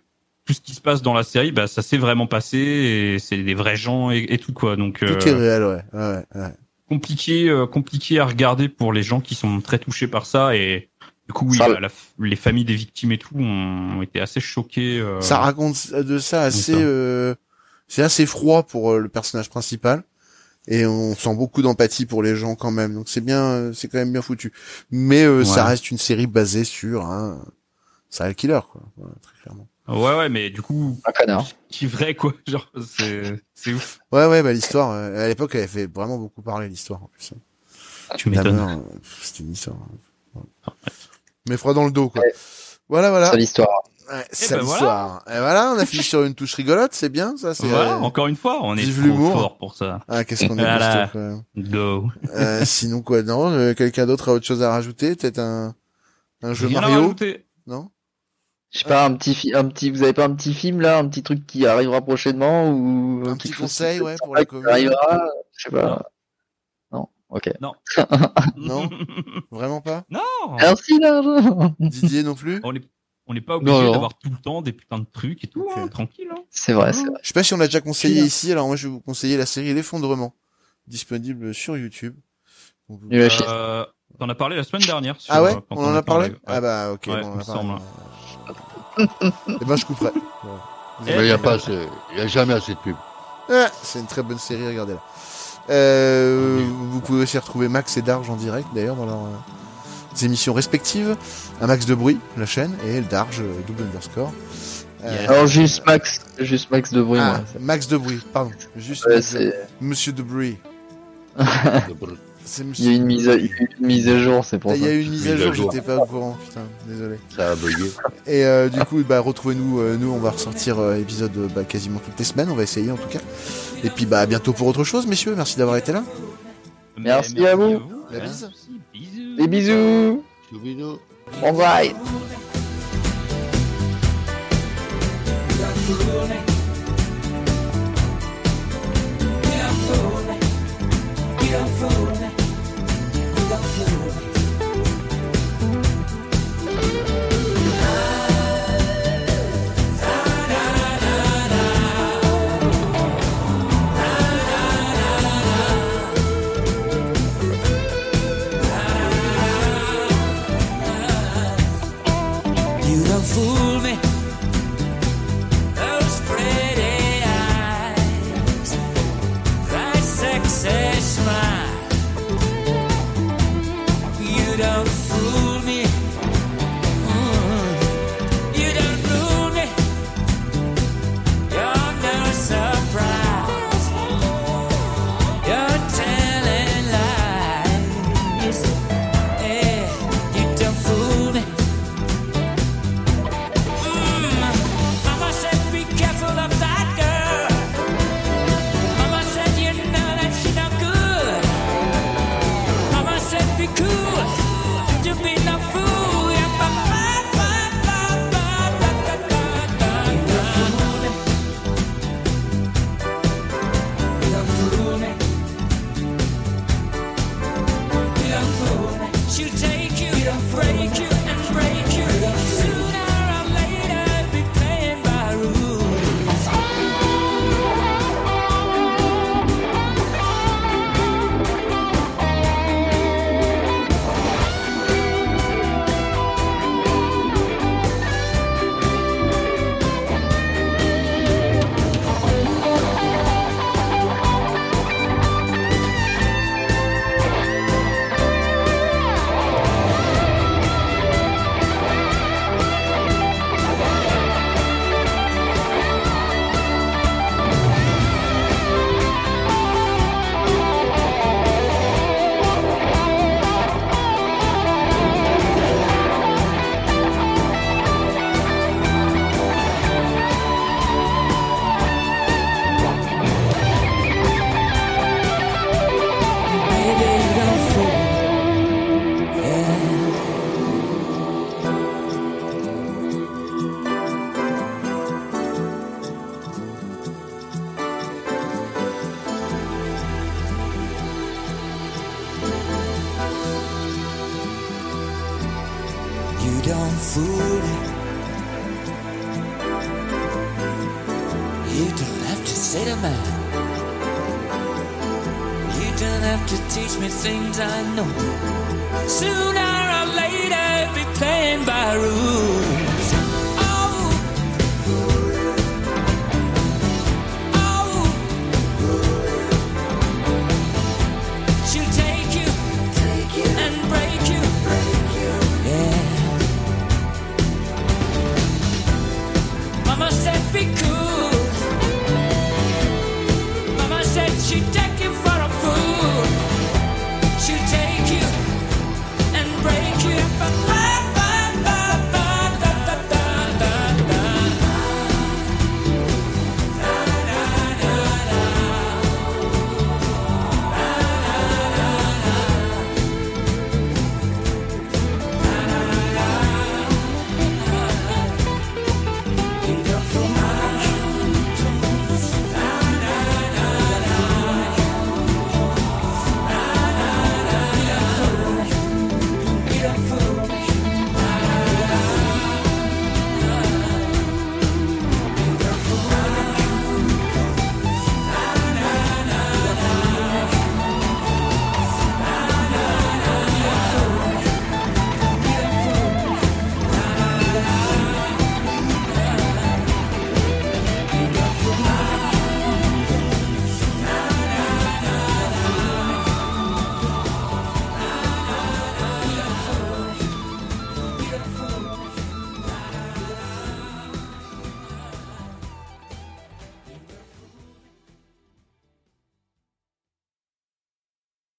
S6: tout ce qui se passe dans la série, bah, ça s'est vraiment passé et c'est des vrais gens et, et tout quoi. Donc euh,
S5: Tout est réel, ouais. ouais, ouais.
S6: compliqué, euh, compliqué à regarder pour les gens qui sont très touchés par ça et du coup, oui,
S7: Ça-
S6: la- la- les familles des victimes et tout ont été assez choquées. euh,
S5: Ça raconte de ça assez,
S6: ça.
S5: euh, c'est assez froid pour euh, le personnage principal. Et on sent beaucoup d'empathie pour les gens quand même. Donc c'est bien, euh, c'est quand même bien foutu. Mais euh, ça
S6: Ouais.
S5: reste une série basée sur un serial killer, quoi. Voilà, très clairement.
S6: Ouais, ouais, mais du coup,
S7: Un
S5: Hein
S7: connard.
S6: qui est vrai quoi, genre c'est c'est ouf.
S5: Ouais, ouais, bah l'histoire. euh, à l'époque, elle fait vraiment beaucoup parler l'histoire en plus.
S6: Tu
S5: Dahmer,
S6: m'étonnes.
S5: euh, pff, C'était une histoire. euh, ouais.
S6: Ah,
S5: Mais froid dans le dos, quoi. Voilà,
S7: Ça,
S5: voilà.
S7: l'histoire.
S5: Ouais, C'est
S6: ben
S5: l'histoire. Et voilà, on a fini sur une touche rigolote, c'est bien, ça. C'est
S6: Voilà, encore une fois, on est
S5: Vive
S6: trop
S5: l'humour.
S6: fort pour ça.
S5: Ah, qu'est-ce qu'on est
S6: Voilà.
S5: costaud, quoi.
S6: Go.
S5: Euh, sinon quoi non euh, quelqu'un d'autre a autre chose à rajouter peut-être un un jeu
S6: Rien à
S5: Mario
S6: rajouter.
S5: non
S7: Je sais
S5: euh,
S7: pas, un petit, fi- un petit, vous avez pas un petit film là, un petit truc qui arrivera prochainement ou euh,
S5: Un
S7: quelque
S5: petit
S7: chose
S5: conseil,
S7: qui-
S5: ouais, pour
S7: qui
S5: la Ah. commune.
S7: arrivera, je sais pas. Non, ok.
S5: Non. vraiment pas
S6: Non.
S7: Merci là.
S5: Didier non plus
S6: On est on n'est pas
S7: Non,
S6: obligé
S7: non.
S6: d'avoir tout le temps des putains de trucs et tout, hein,
S5: Ok.
S6: tranquille. hein.
S7: C'est vrai, c'est vrai.
S5: je sais pas si on l'a déjà conseillé
S7: Si.
S5: ici alors moi je vais vous conseiller la série l'effondrement disponible sur YouTube Donc, vous-
S7: Nul à chier.
S6: Euh, T'en as parlé la semaine dernière. sur- euh,
S5: ah ouais
S6: quand
S5: on en a
S6: était
S5: parlé
S6: live. Ouais.
S5: ah bah ok bon,
S6: Ouais,
S5: on
S6: il
S5: en
S6: me
S5: a parlé.
S6: semble. hein.
S5: Eh ben je couperai
S6: Eh,
S8: Mais il n'y a pas assez, y a jamais assez de pub.
S5: Ah, c'est une très bonne série regardez-la euh, vous pouvez aussi retrouver Max et Darge en direct d'ailleurs dans leurs euh, émissions respectives un Max de bruit la chaîne et Darge euh, double underscore Euh,
S7: Alors juste Max, juste Max de Ah, bruit.
S5: Ah,
S7: moi, c'est-
S5: Max Debris, pardon. Juste
S7: ouais,
S5: Max Debris.
S7: c'est-
S5: Monsieur Debris.
S8: De brut.
S5: C'est
S7: il y a
S5: monsieur.
S7: une mise à, une mise à jour, c'est pour
S5: Ah,
S7: ça.
S5: Il y a eu une mise à
S8: Mise à
S5: jour,
S8: jour.
S5: j'étais pas au courant, putain, désolé.
S8: Ça a bugué.
S5: Et euh, du coup, bah, retrouvez-nous, euh, nous on va ressortir euh, épisode euh, bah, quasiment toutes les semaines, on va essayer en tout cas. Et puis bah à bientôt pour autre chose, messieurs, merci d'avoir été là.
S6: Mais
S7: Merci à vous.
S5: La
S6: Pas de
S5: bise.
S6: soucis. Bisous.
S7: Des bisous.
S8: Choubidou.
S7: Au revoir.
S9: You don't fool me. Those pretty eyes, that sexy smile. Mm-hmm. eh? she'll take you, break you and break you. Sooner or later, be playing by rules. Baby, you don't fool. Yeah. You don't fool me. You don't have to say the man. You don't have to teach me things I know. Soon I Oh. Oh.